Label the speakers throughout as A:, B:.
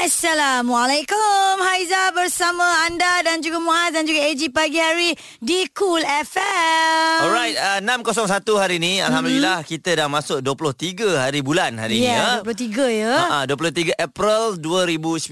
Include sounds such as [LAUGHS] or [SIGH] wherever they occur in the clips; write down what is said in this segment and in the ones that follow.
A: Assalamualaikum Haiza bersama anda dan juga Muaz dan juga AG pagi hari di Cool FM.
B: Alright, uh, 601 hari ni alhamdulillah mm-hmm. kita dah masuk 23 hari bulan hari
A: Ya, yeah,
B: ni ya. Ha,
A: 23 ya.
B: 23 April 2019.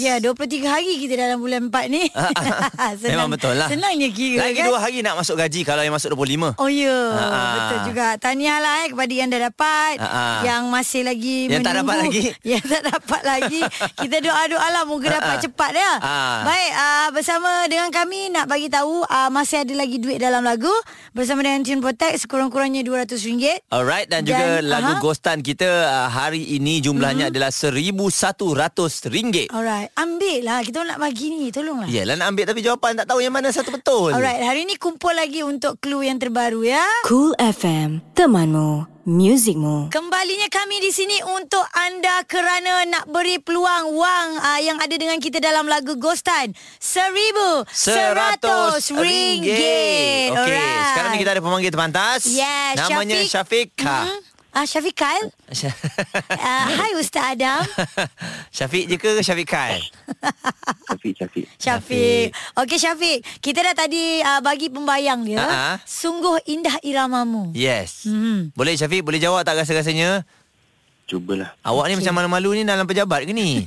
A: Ya, 23 hari kita dalam bulan 4 ni.
B: Ha,
A: [LAUGHS]
B: Memang betul lah.
A: Senangnya kira
B: Lagi
A: kan.
B: dua hari nak masuk gaji kalau yang masuk 25.
A: Oh ya,
B: Ha.
A: betul juga. Tahniah lah eh kepada yang dah dapat,
B: Ha, ha.
A: yang masih lagi
B: Yang
A: menunggu.
B: tak dapat lagi.
A: [LAUGHS] Yang tak dapat lagi. Kita doa-doa lah moga
B: ha.
A: dapat cepat ya.
B: Ha.
A: Baik, uh, bersama dengan kami nak bagi tahu uh, masih ada lagi duit dalam lagu bersama dengan Tune Protect sekurang-kurangnya RM200.
B: Alright dan juga
A: Dan,
B: lagu
A: aha. Mm-hmm.
B: Ghostan kita uh, hari ini jumlahnya adalah RM1100.
A: Alright, ambil lah. Kita nak bagi ni, tolonglah.
B: Yelah nak ambil tapi jawapan tak tahu yang mana satu betul.
A: Alright, hari ni kumpul lagi untuk clue yang terbaru ya.
C: Cool FM, temanmu, muzikmu.
A: Kembalinya kami di sini untuk anda kerana nak beri peluang wang uh, yang ada dengan kita dalam lagu Ghostan. Seribu seratus ringgit.
B: Okey, sekarang ni kita ada pemanggil terpantas.
A: Yeah,
B: Namanya Syafiq. Ha.
A: Mhm. Ah, Syafiq
B: [LAUGHS]
A: Kyle.
B: Syafiq.
A: Uh, hai Ustaz Adam.
B: [LAUGHS] Syafiq je ke Syafiq Kyle?
D: Syafiq, Syafiq.
A: Syafiq. Okey Syafiq, kita dah tadi uh, bagi pembayang dia.
B: Ha-ha.
A: Sungguh indah iramamu.
B: Yes.
A: Hmm.
B: Boleh Syafiq, boleh jawab tak rasa-rasanya?
D: Cubalah.
B: Awak ni macam malu-malu ni dalam pejabat ke ni?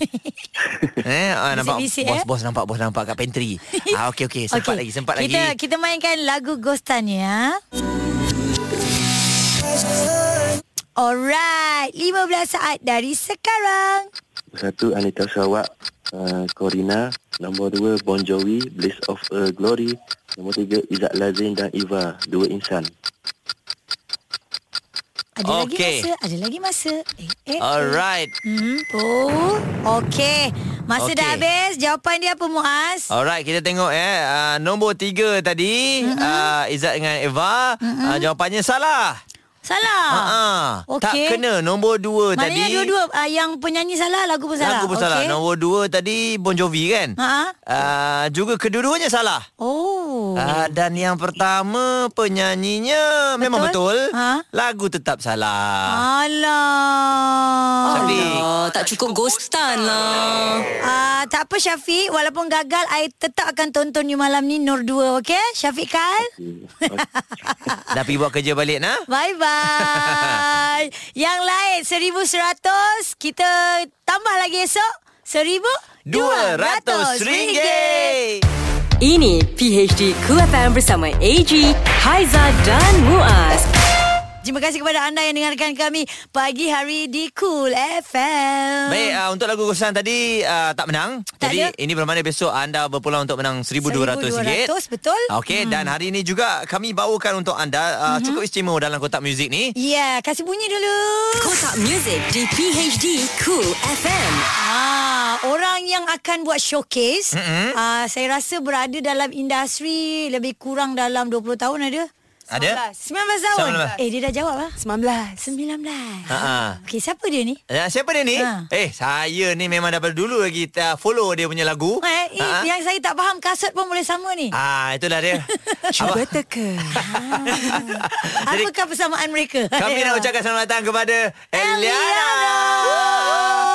A: [LAUGHS]
B: eh, ah, nampak
A: Bisik-bisik,
B: bos bos
A: eh?
B: nampak bos nampak kat pantry.
A: [LAUGHS]
B: ah okey okey, sempat
A: Okey,
B: lagi, sempat
A: kita,
B: lagi.
A: Kita mainkan lagu Ghostan ya. Alright, 15 saat dari sekarang.
D: Nombor Satu, Anita Sarawak. Uh, Corina. Nombor dua, Bon Jovi. Bliss of uh, Glory. Nombor tiga, Izzat Lazim dan Iva. Dua insan.
A: Ada lagi
B: Okey.
A: masa, ada lagi masa. Eh, eh.
B: Alright.
A: Hmm, oh, okey. Masa dah
B: Okey. Ah.
A: habis. Jawapan dia apa Muaz?
B: Alright, kita tengok eh uh, nombor tiga tadi
A: Hmm.
B: mm-hmm. uh, Izzat dengan Eva mm-hmm. uh, jawapannya salah.
A: Salah.
B: Ah. Uh-uh. Tak
A: Okey.
B: kena nombor dua
A: Maknanya
B: tadi.
A: dua-dua uh, yang penyanyi salah, lagu pun salah.
B: Lagu pun salah.
A: Okey. Ah, Ha.
B: Nombor dua tadi Bon Jovi kan?
A: Ha-ha.
B: Uh, juga kedua-duanya salah.
A: Oh.
B: Ah, dan yang pertama penyanyinya memang betul.
A: Ha? Ah.
B: Lagu tetap salah.
A: Alah.
B: Syafiq.
A: Oh.
C: tak cukup ghostan lah.
A: Ah, tak apa Syafiq, walaupun gagal I tetap akan tonton you malam ni Nur 2, okey? Syafiq Kal.
D: Okay. Okay.
B: Dah pergi buat kerja balik nah.
A: Bye
B: [LAUGHS]
A: bye. Yang lain 1100 kita tambah lagi esok 1200
B: 200 ringgit.
C: Ini PHD Cool FM bersama AG, Haiza dan Muaz.
A: Terima kasih kepada anda yang dengarkan kami pagi hari di Cool FM.
B: Baik, uh, untuk lagu Gosan tadi uh, tak menang.
A: Tak
B: Jadi
A: ada.
B: ini bermakna besok anda berpeluang untuk menang RM1,200.
A: 1,200, betul.
B: Okey, hmm. dan hari ini juga kami bawakan untuk anda uh,
A: Mhm.
B: mm-hmm. cukup istimewa dalam kotak muzik ni.
A: Ya, yeah, kasih bunyi dulu.
C: Kotak muzik di PHD Cool FM.
A: Ah, orang yang akan buat showcase, mm-hmm. ah, saya rasa berada dalam industri lebih kurang dalam 20 tahun ada.
B: Ada?
A: 19 tahun.
B: 19.
A: Eh, dia dah jawab lah. 19.
B: Ha.
A: 19.
B: Ha-ha.
A: Okey, siapa dia ni?
B: Uh, siapa dia ni?
A: Ha.
B: Eh, saya ni memang daripada dulu lagi uh, follow dia punya lagu.
A: Eh, eh
B: Ha-ha.
A: yang saya tak faham kasut pun boleh sama ni.
B: Ah, itulah
A: [LAUGHS]
B: dia. Cuba
C: teka.
B: [LAUGHS] Jadi
A: Apakah persamaan mereka?
B: kami nak ucapkan selamat datang kepada Eliana.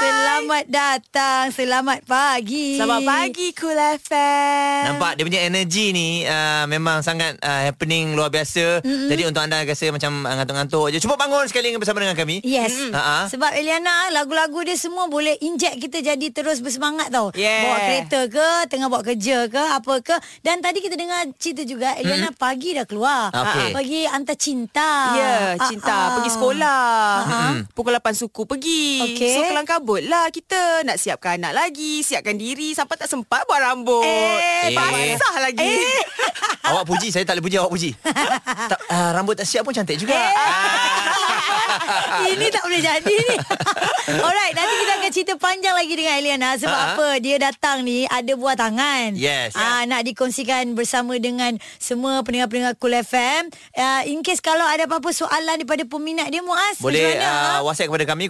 A: Selamat datang, selamat pagi.
E: Selamat pagi Cool FM
B: Nampak dia punya energi ni uh, memang sangat uh, happening luar biasa. Mm-hmm. Jadi untuk anda yang rasa macam uh, ngantuk-ngantuk je, cuba bangun sekali bersama dengan kami.
A: Yes.
B: Mm.
A: Mm.
B: Ha-ha.
A: Sebab Eliana lagu-lagu dia semua boleh inject kita jadi terus bersemangat tau.
E: Yeah.
A: Bawa kereta ke, tengah bawa kerja ke, apa ke. Dan tadi kita dengar cerita juga Eliana pagi dah keluar.
B: Okay.
A: Pergi antar cinta.
E: Ya,
A: Ah,
E: cinta
A: ah.
E: Pergi sekolah Mm-mm. Pukul 8 suku pergi
A: Okey.
E: So kelang kabut lah kita Nak siapkan anak lagi Siapkan diri Sampai tak sempat buat rambut
A: Eh,
B: Eh.
E: Basah lagi eh.
A: [LAUGHS]
B: awak puji, saya tak boleh puji awak puji. tak, uh, rambut tak siap pun cantik juga. Ah.
A: Eh. [LAUGHS] Ini tak boleh jadi ni [LAUGHS]
B: [LAUGHS]
A: Alright Nanti kita akan cerita panjang lagi Dengan Eliana Sebab
B: Ha?
A: apa Dia datang ni Ada buah tangan
B: Yes.
A: Ah, Nak dikongsikan bersama dengan Semua pendengar-pendengar Cool FM uh, In case kalau ada apa-apa soalan Daripada peminat dia Muaz
B: Boleh
A: macam mana? ah?
B: uh, WhatsApp kepada kami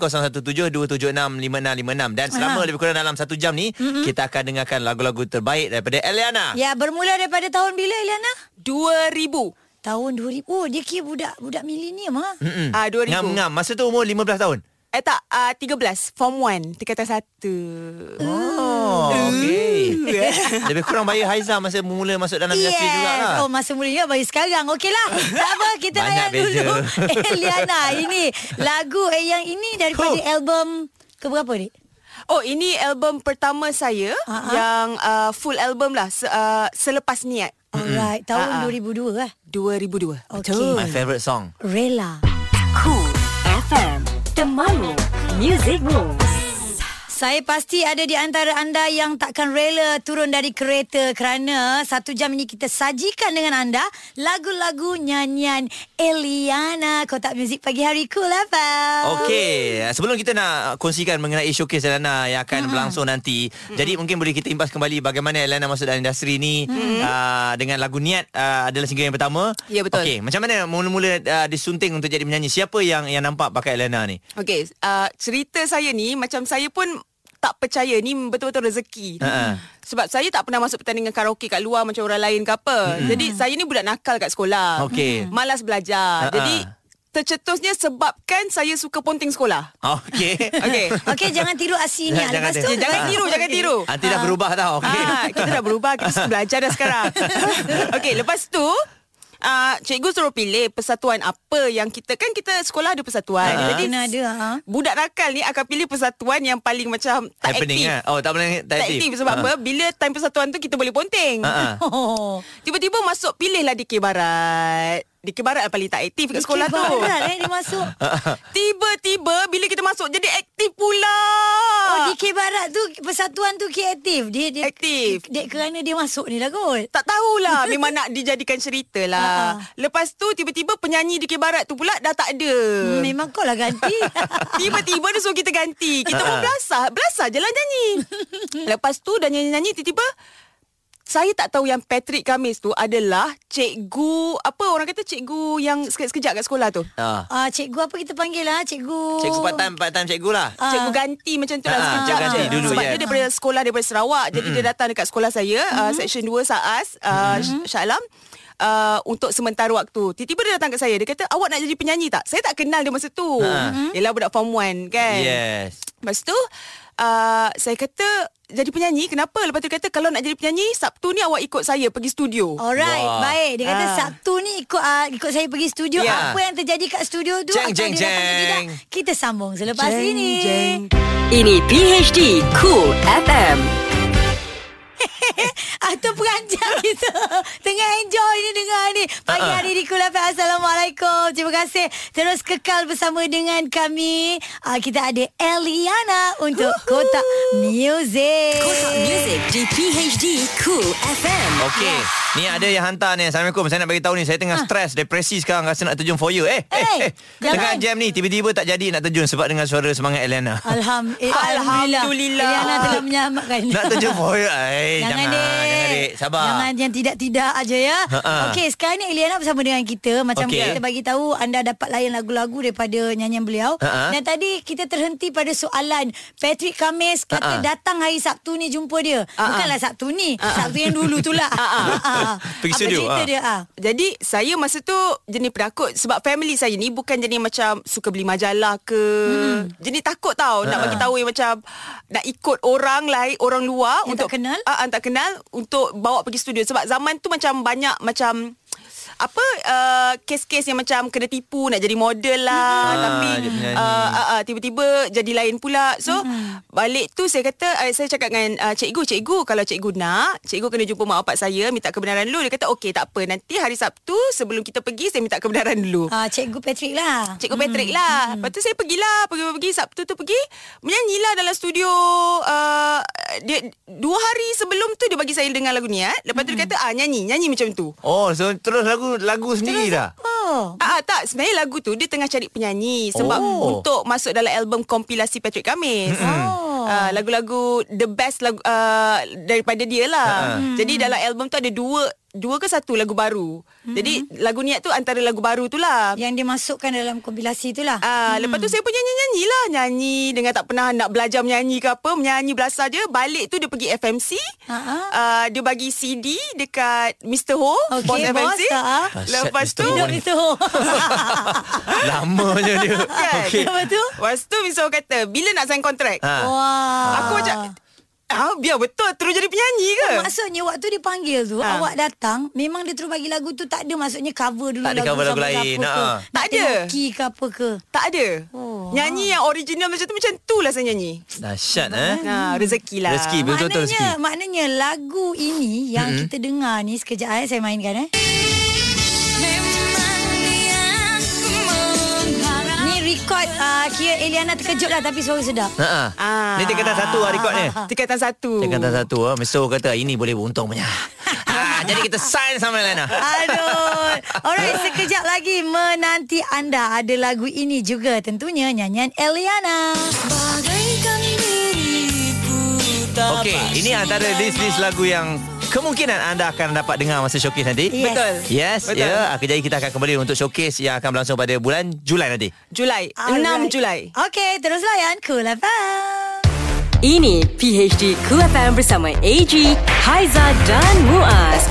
B: 0172765656 dan selama
A: Aha.
B: lebih kurang dalam satu jam ni mm-hmm. kita akan dengarkan lagu-lagu terbaik daripada Eliana.
A: Ya bermula daripada tahun bila Eliana?
E: 2000.
A: Tahun 2000 Oh dia kira budak Budak milenium ha?
B: Mm-mm.
E: Ah, 2000.
B: Ngam-ngam masa tu umur 15 tahun.
E: Eh tak, uh, 13. Form 1. Tingkatan 1.
B: Oh,
A: eh. [LAUGHS]
B: okey. Lebih kurang bayar Haiza masa mula masuk dalam industri juga lah.
A: Oh masa mulanya baru sekarang Okey lah Tak apa kita
B: Banyak
A: layan
B: beza.
A: dulu [LAUGHS] Eliana ini Lagu eh, yang ini daripada
B: Huh.
A: album Keberapa ni?
E: Oh, ini album pertama saya
A: Ah, ah.
E: yang uh, full album lah. Se- uh, selepas niat.
A: Alright Tahun
E: Ah, ah.
A: 2002 lah
E: 2002.
A: Okey.
B: My favourite song.
A: Rela
C: Cool FM Temanmu Music Rules
A: saya pasti ada di antara anda yang takkan rela turun dari kereta kerana satu jam ini kita sajikan dengan anda lagu-lagu nyanyian Eliana Kotak Muzik Pagi Hari Cool FM.
B: Okey, sebelum kita nak kongsikan mengenai showcase Elana yang akan mm-hmm. berlangsung nanti. Mm-hmm. Jadi mungkin boleh kita imbas kembali bagaimana Elana masuk dalam industri ni mm-hmm. uh, dengan lagu Niat uh, adalah single yang pertama.
E: Ya, betul.
B: Okey, macam mana mula-mula uh, disunting untuk jadi penyanyi? Siapa yang yang nampak pakai Elana ni?
E: Okey, uh, cerita saya ni macam saya pun tak percaya ni betul-betul rezeki.
B: Ha-ha.
E: Sebab saya tak pernah masuk pertandingan karaoke kat luar macam orang lain ke apa. Jadi saya ni budak nakal kat sekolah.
B: Okey.
E: Malas belajar.
B: Ha-ha.
E: Jadi tercetusnya sebabkan saya suka ponting sekolah. [LAUGHS]
B: Okey. [LAUGHS]
E: Okey.
A: Okey jangan tiru Asi ni.
B: Jangan- Eh,
A: Lepas
B: jangan
A: tu
B: tiru.
E: Jangan tiru, jangan tiru.
B: Nanti dah berubah tau. ha. Ah, Okey.
E: Ah, kita dah berubah, kita suka belajar dah
B: [LAUGHS]
E: sekarang. Okey, lepas tu Uh, cikgu suruh pilih persatuan apa yang kita kan kita sekolah ada persatuan.
B: Ah.
E: Jadi
A: Kena ada, ah.
E: budak nakal ni akan pilih persatuan yang paling macam tak
B: Happening
E: aktif.
B: eh? Oh, tak boleh tak aktif.
E: Tak
B: Ah.
E: aktif sebab apa? Bila time persatuan tu kita boleh ponting.
B: Ha.
A: Oh.
E: [LAUGHS] Tiba-tiba masuk pilihlah DK Barat. DK Barat yang paling tak aktif kat sekolah tu.
A: Barat eh dia
B: [LAUGHS]
A: masuk.
B: Ha.
E: Tiba-tiba bila kita masuk jadi aktif pula.
A: Oh, DK Barat tu persatuan tu kreatif. Dia dia
E: Aktif.
A: Dia, kerana dia masuk ni lah kot.
E: Tak
A: [LAUGHS]
E: tahulah Memang nak dijadikan cerita lah
A: Ha-ha.
E: Lepas tu tiba-tiba penyanyi DK Barat tu pula dah tak ada
A: Memang kau lah
B: [LAUGHS]
A: ganti. [LAUGHS]
E: Tiba-tiba dia suruh kita ganti Kita
B: Ha,
E: pun belasah Belasah je lah nyanyi Lepas tu dah nyanyi-nyanyi tiba-tiba saya tak tahu yang Patrick Kamis tu adalah cikgu apa orang kata cikgu yang sekejap sekejap kat sekolah tu.
B: Ha.
A: Ah, cikgu apa kita panggil lah? Cikgu...
B: Cikgu part time part time cikgu lah.
A: Ah.
E: Cikgu ganti macam tu lah
B: Ah,
E: sekejap
B: cikgu ganti
E: je.
B: dulu,
E: Sebab
B: yes.
E: dia daripada sekolah daripada Sarawak Jadi dia datang dekat sekolah saya uh, Section 2 Saas uh, mm-hmm. Shah Alam Uh, untuk sementara waktu Tiba-tiba dia datang kat saya Dia kata awak nak jadi penyanyi tak? Saya tak kenal dia masa tu
B: Ha.
E: uh Yelah budak form 1 kan
B: Yes.
E: Lepas tu uh, Saya kata jadi penyanyi kenapa? Lepas tu dia kata kalau nak jadi penyanyi Sabtu ni awak ikut saya pergi studio
A: Alright,
B: Wah.
A: baik. Dia kata
E: Ah.
A: Sabtu ni ikut ah, ikut saya pergi studio.
B: Ya.
A: Apa yang terjadi kat studio tu?
B: Jeng,
A: atau
B: jeng,
A: dia datang ke
B: jeng.
A: tidak, Kita sambung selepas
E: Jeng,
A: ini.
E: jeng.
C: Ini PHD Cool FM
A: [LAUGHS] Atau peranjang kita Tengah enjoy ni dengar ni Pagi
B: Ha-ha.
A: uh-uh. hari di Kulafi Assalamualaikum Terima kasih Terus kekal bersama dengan kami uh, Kita ada Eliana Untuk Kotak Music
C: Kotak Music di PHD Cool FM
B: Okey. Ni ada yang hantar ni. Assalamualaikum. Saya nak bagi tahu ni saya tengah stres, depresi sekarang rasa nak terjun foyer. Eh,
A: Eh,
B: eh, eh.
A: jangan.
B: Tengah jam ni tiba-tiba tak jadi nak terjun sebab dengan suara semangat Elena.
A: Alham, eh,
E: Alhamdulillah.
A: Alhamdulillah Eliana telah menyelamatkan
B: [LAUGHS] Nak terjun foyer. Eh, jangan, jangan,
A: Dik.
B: jangan Dik. Sabar.
A: Jangan yang tidak-tidak aja ya.
B: Ha-ha.
A: Okey, sekarang ni Eliana bersama dengan kita. Macam
B: Okey.
A: okay. kita bagi tahu anda dapat layan lagu-lagu daripada nyanyian beliau.
B: Ha-ha.
A: Dan tadi kita terhenti pada soalan Patrick Kamis kata
B: Ha-ha.
A: datang hari Sabtu ni jumpa dia. Bukanlah Sabtu ni, Sabtu yang dulu tu
B: [LAUGHS]
A: lah. Ha-ha.
B: Pergi
A: Apa
B: studio,
A: cerita
B: ha.
A: dia? Ha.
E: ah. Jadi saya masa tu jenis penakut sebab family saya ni bukan jenis macam suka beli majalah ke. Hmm. Jenis takut
B: Ah.
E: tau nak bagi tahu yang macam nak ikut orang lain, orang luar
A: Yang
E: untuk
A: tak kenal?
E: Ah, ah, tak kenal untuk bawa pergi studio sebab zaman tu macam banyak macam apa uh, kes-kes yang macam kena tipu nak jadi model lah
B: Ah,
E: tapi
B: dia penyanyi.
E: uh, uh, uh, tiba-tiba jadi lain pula so balik tu saya kata uh, saya cakap dengan uh, cikgu cikgu kalau cikgu nak cikgu kena jumpa mak bapak saya minta kebenaran dulu dia kata okey tak apa nanti hari Sabtu sebelum kita pergi saya minta kebenaran dulu
A: Ha, Cikgu Patrick lah.
E: [LAUGHS] Cikgu Patrick lah Lepas tu saya pergilah Pergi-pergi Sabtu tu pergi Menyanyilah dalam studio uh, dia, Dua hari sebelum tu Dia bagi eh. saya dengar lagu niat Lepas tu dia kata ah, Nyanyi Nyanyi macam tu
B: Oh, so terus lagu lagu sendiri dah.
A: Oh, Oh.
E: Ah, ah, tak, sebenarnya lagu tu dia tengah cari penyanyi sebab
B: Oh. Hmm.
E: untuk masuk dalam album kompilasi Patrick Kamis.
A: Oh.
E: Ah, lagu-lagu the best lagu uh, daripada dia lah.
B: Ha.
A: Hmm.
E: Jadi dalam album tu ada dua dua ke satu lagu baru.
A: Hmm.
E: Jadi lagu niat tu antara lagu baru tu lah.
A: Yang dimasukkan dalam kompilasi tu lah.
E: Ah, hmm. lepas tu saya pun nyanyi-nyanyi lah Nyanyi dengan tak pernah nak belajar menyanyi ke apa Menyanyi belasah je Balik tu dia pergi FMC
A: Ha, ha.
E: uh, Dia bagi CD dekat Mr. Ho
A: Okey,
E: Bos
A: bos,
E: FMC
A: ha,
B: Ah,
A: ha.
E: Lepas
B: Asyik,
E: tu
B: Mr. Ho ni.
A: Itu.
B: [LAUGHS]
A: [LAUGHS]
B: Lama je dia.
E: Kan?
B: Okey.
A: Lepas tu?
E: Lepas tu Mr. Ho kata Bila nak sign kontrak
B: Ha.
A: Oh. Wah.
E: Aku macam ah, Biar betul terus jadi penyanyi ke
A: Maksudnya waktu dipanggil tu
E: Ha.
A: Awak datang Memang dia terus bagi lagu tu Tak ada maksudnya cover dulu
B: Tak ada
A: lagu
B: cover lagu
A: sampai
B: lain,
A: apa ke.
B: ha.
A: Nak
E: Tak ada.
A: tengok key ke apa ke
E: Tak ada
A: Oh,
E: Nyanyi yang original macam tu Macam tu lah saya nyanyi
B: Dahsyat eh.
E: Nah, rezeki lah
B: Rezeki, betul.
A: Maknanya
B: rezeki.
A: Maknanya lagu ini Yang kita dengar ni Sekejap eh, saya mainkan eh Ni record uh, Kira Eliana terkejut lah Tapi suara sedap
B: Ha ah.
E: Ah.
B: Ni tingkatan satu ah rekodnya.
E: Tingkatan satu
B: Tingkatan satu ah. Mr. Ho kata ini boleh untung punya. ha, jadi kita sign sama Elena. [LAUGHS]
A: Aduh. Alright, sekejap lagi menanti anda ada lagu ini juga tentunya nyanyian Eliana.
B: Okey, ini antara list-list lagu yang kemungkinan anda akan dapat dengar masa showcase nanti.
A: Yes.
E: Betul
B: Yes,
E: Betul.
B: ya. Yeah. Jadi kita akan kembali untuk showcase yang akan berlangsung pada bulan Julai nanti.
E: Julai
A: Alright.
E: 6 Julai
A: Okey, terus layan Cool FM.
C: Ini PHD Cool FM bersama AG, Haiza dan Muaz.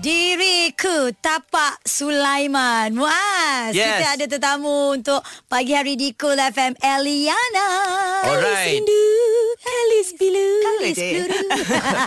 A: Diriku Tapak Sulaiman Muaz
B: Yes.
A: Kita ada tetamu Untuk pagi hari di Cool FM Eliana
B: Alright.
A: Kalis rindu Kalis bilu Kalis
E: Okey.
A: peluru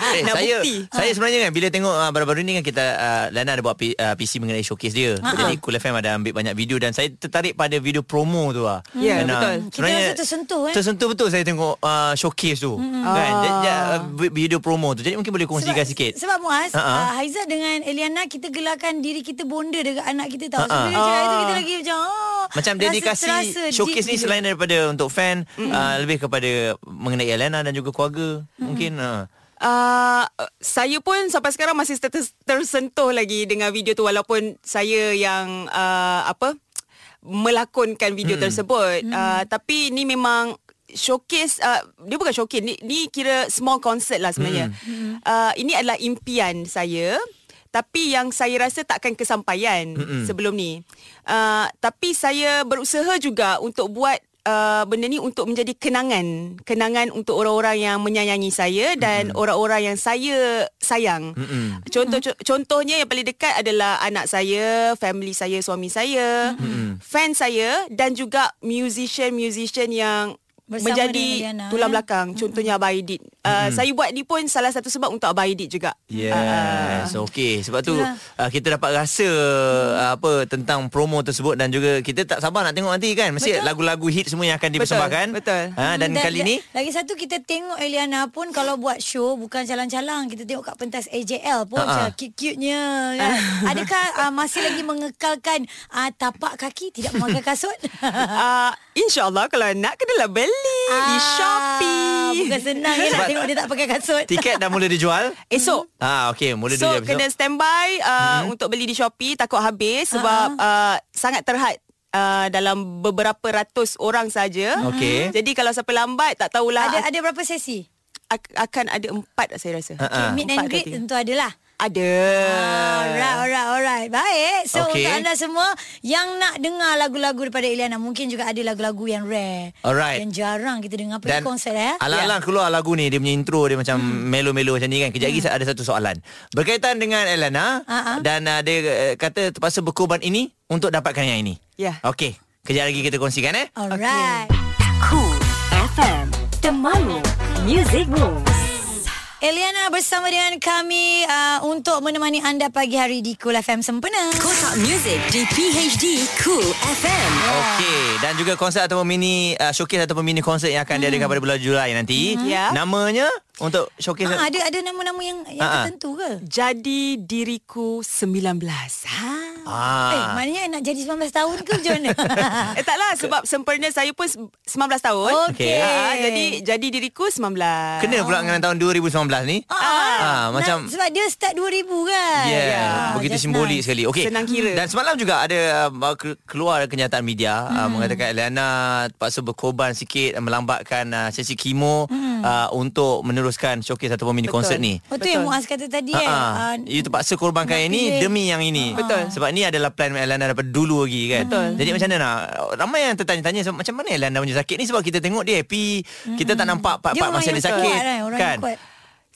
B: [LAUGHS] Eh,
E: Nak
B: saya,
E: bukti.
B: Saya sebenarnya kan bila tengok uh, baru-baru ni kan kita uh, Lana ada buat P, uh, PC mengenai showcase dia. Uh-huh. Jadi Cool FM ada ambil banyak video dan saya tertarik pada video promo tu ah.
E: Ya,
B: Dan, ah,
A: Kita
E: betul.
A: rasa tersentuh, eh.
B: Tersentuh betul saya tengok uh, showcase tu. Hmm. Kan? Dan, dan, uh, vi- video promo tu. Jadi mungkin boleh kongsikan sikit.
A: Sebab Muaz
B: Ha, ha.
A: uh, Haiza dengan Eliana Kita gelarkan diri kita Bonda dekat anak kita tau
B: Ha, ha.
A: Sebelum dia cakap itu
E: Ah.
A: Kita lagi macam oh,
B: Macam
A: rasa
B: dedikasi
A: terasa
B: showcase
A: deep
B: ni
A: gitu.
B: selain daripada untuk fan mm uh, lebih kepada mengenai Elena dan juga keluarga mm mungkin uh.
E: Uh, saya pun sampai sekarang masih ter- ter- tersentuh lagi dengan video tu walaupun saya yang uh, apa melakonkan video hmm. tersebut uh, tapi ni memang showcase uh, dia bukan showcase ni, ni kira small concert lah sebenarnya hmm. uh, ini adalah impian saya tapi yang saya rasa takkan kesampaian mm sebelum ni uh, tapi saya berusaha juga untuk buat uh, benda ni untuk menjadi kenangan kenangan untuk orang-orang yang menyayangi saya dan orang-orang yang saya sayang. Mm-hmm. Contoh co- contohnya yang paling dekat adalah anak saya, family saya, suami saya, mm-hmm. fan saya dan juga musician-musician yang
A: Bersama
E: menjadi
A: dengan Eliana,
E: tulang
A: eh?
E: belakang. Contohnya Abang Aidit. Uh, Saya buat ni pun salah satu sebab untuk Abang Aidit juga.
B: Yes, uh, okey. Sebab tu
A: Itulah.
B: uh, kita dapat rasa uh, apa tentang promo tersebut dan juga kita tak sabar nak tengok nanti kan. Mesti
A: Betul.
B: lagu-lagu hit semua yang akan dipersembahkan.
E: betul.
B: Ha, dan
A: Hmm,
B: kali ni
A: Lagi satu kita tengok Eliana pun Kalau buat show Bukan calang-calang Kita tengok kat pentas AJL
B: Ha,
A: pun
B: ha.
A: uh-huh. Cute-cute-nya
B: [LAUGHS]
A: kan? Adakah uh, masih lagi mengekalkan uh, Tapak kaki Tidak memakai
B: [LAUGHS]
A: kasut
E: Uh, InsyaAllah kalau nak kenalah beli di Shopee.
A: Ah, Bukan senang ya Nak
B: Sebab-
A: tengok dia tak pakai kasut
B: tiket dah mula dijual.
A: Hmm.
E: Esok
B: Ah, okey, mula
E: Eh, So
B: dijual besok.
E: kena standby uh,
B: Hmm.
E: untuk beli di Shopee takut habis sebab
A: Ah,
E: uh, sangat terhad uh, dalam beberapa ratus orang saja. Hmm.
B: Okey.
E: Jadi kalau sampai lambat tak tahulah
A: Ada
E: ada,
A: ada berapa sesi?
E: ak- akan ada empat saya rasa.
B: Ha, Eh.
A: Okay,
B: ha.
A: meet and
E: Empat
A: greet
E: tadi.
A: tentu adalah
E: Ada.
A: Alright, alright, alright Baik So
B: Okay.
A: okay. untuk anda semua Yang nak dengar lagu-lagu daripada Eliana Mungkin juga ada lagu-lagu yang rare
B: Alright.
A: Yang jarang kita dengar Pergi
B: Dan
A: konsert eh
B: alang-alang keluar lagu ni Dia punya intro Dia macam melo-melo macam ni kan Kejap lagi ada satu soalan Berkaitan dengan Elana
A: Ah, ah.
B: Dan uh, dia uh, kata terpaksa berkorban ini Untuk dapatkan yang ini
E: Ya.
B: Okey Kejap lagi kita kongsikan eh
A: Alright
C: Cool FM, temanmu, music moves.
A: Eliana bersama dengan kami uh, Untuk menemani anda pagi hari di Cool FM Sempena
C: Kotak music di PHD Cool FM.
B: Okey Dan juga konsert ataupun mini uh, Showcase ataupun mini konsert Yang akan diadakan pada bulan Julai nanti
E: Ya.
B: Namanya Untuk showcase Ah,
A: ha, Ada ada nama-nama yang, yang
B: Ha, ha.
A: tertentu ke?
E: Jadi diriku 19. Ha.
A: Ah, Ah. Eh,
B: Ah.
A: maknanya nak jadi 19 tahun ke macam
B: [LAUGHS]
A: mana? Ah,
E: Eh taklah sebab sempurna saya pun se- 19 tahun.
A: Okey.
E: Ah, jadi jadi diriku 19.
B: Kena pula dengan tahun 2019 ni. Ah, macam-
A: sebab dia start 2000 kan.
B: Ya, yeah.
A: Ah,
B: begitu
A: just
B: simbolik
A: nice.
B: sekali. Okey.
E: Senang kira.
B: Dan semalam juga ada uh, ke- keluar kenyataan media hmm. uh, mengatakan Eliana terpaksa berkorban sikit uh, melambatkan uh, sesi kemo hmm. uh, untuk meneruskan showcase ataupun mini
E: Betul.
B: konsert ni.
A: Oh tu
E: Betul.
A: yang Muaz kata tadi eh.
B: Ha-ha.
A: Ah,
B: You terpaksa korbankan
A: nak
B: yang ni
A: pilih.
B: Demi yang ini
E: Betul.
B: Sebab ni adalah plan Elana daripada dulu lagi kan Betul Jadi macam mana nak Ramai yang tertanya-tanya so, Macam mana Elana punya sakit ni Sebab kita tengok dia happy Kita tak nampak
A: Hmm.
B: part-part
A: Dia orang
B: masa
A: yang
B: dia
A: kuat
B: sakit
A: kan. Orang yang kuat.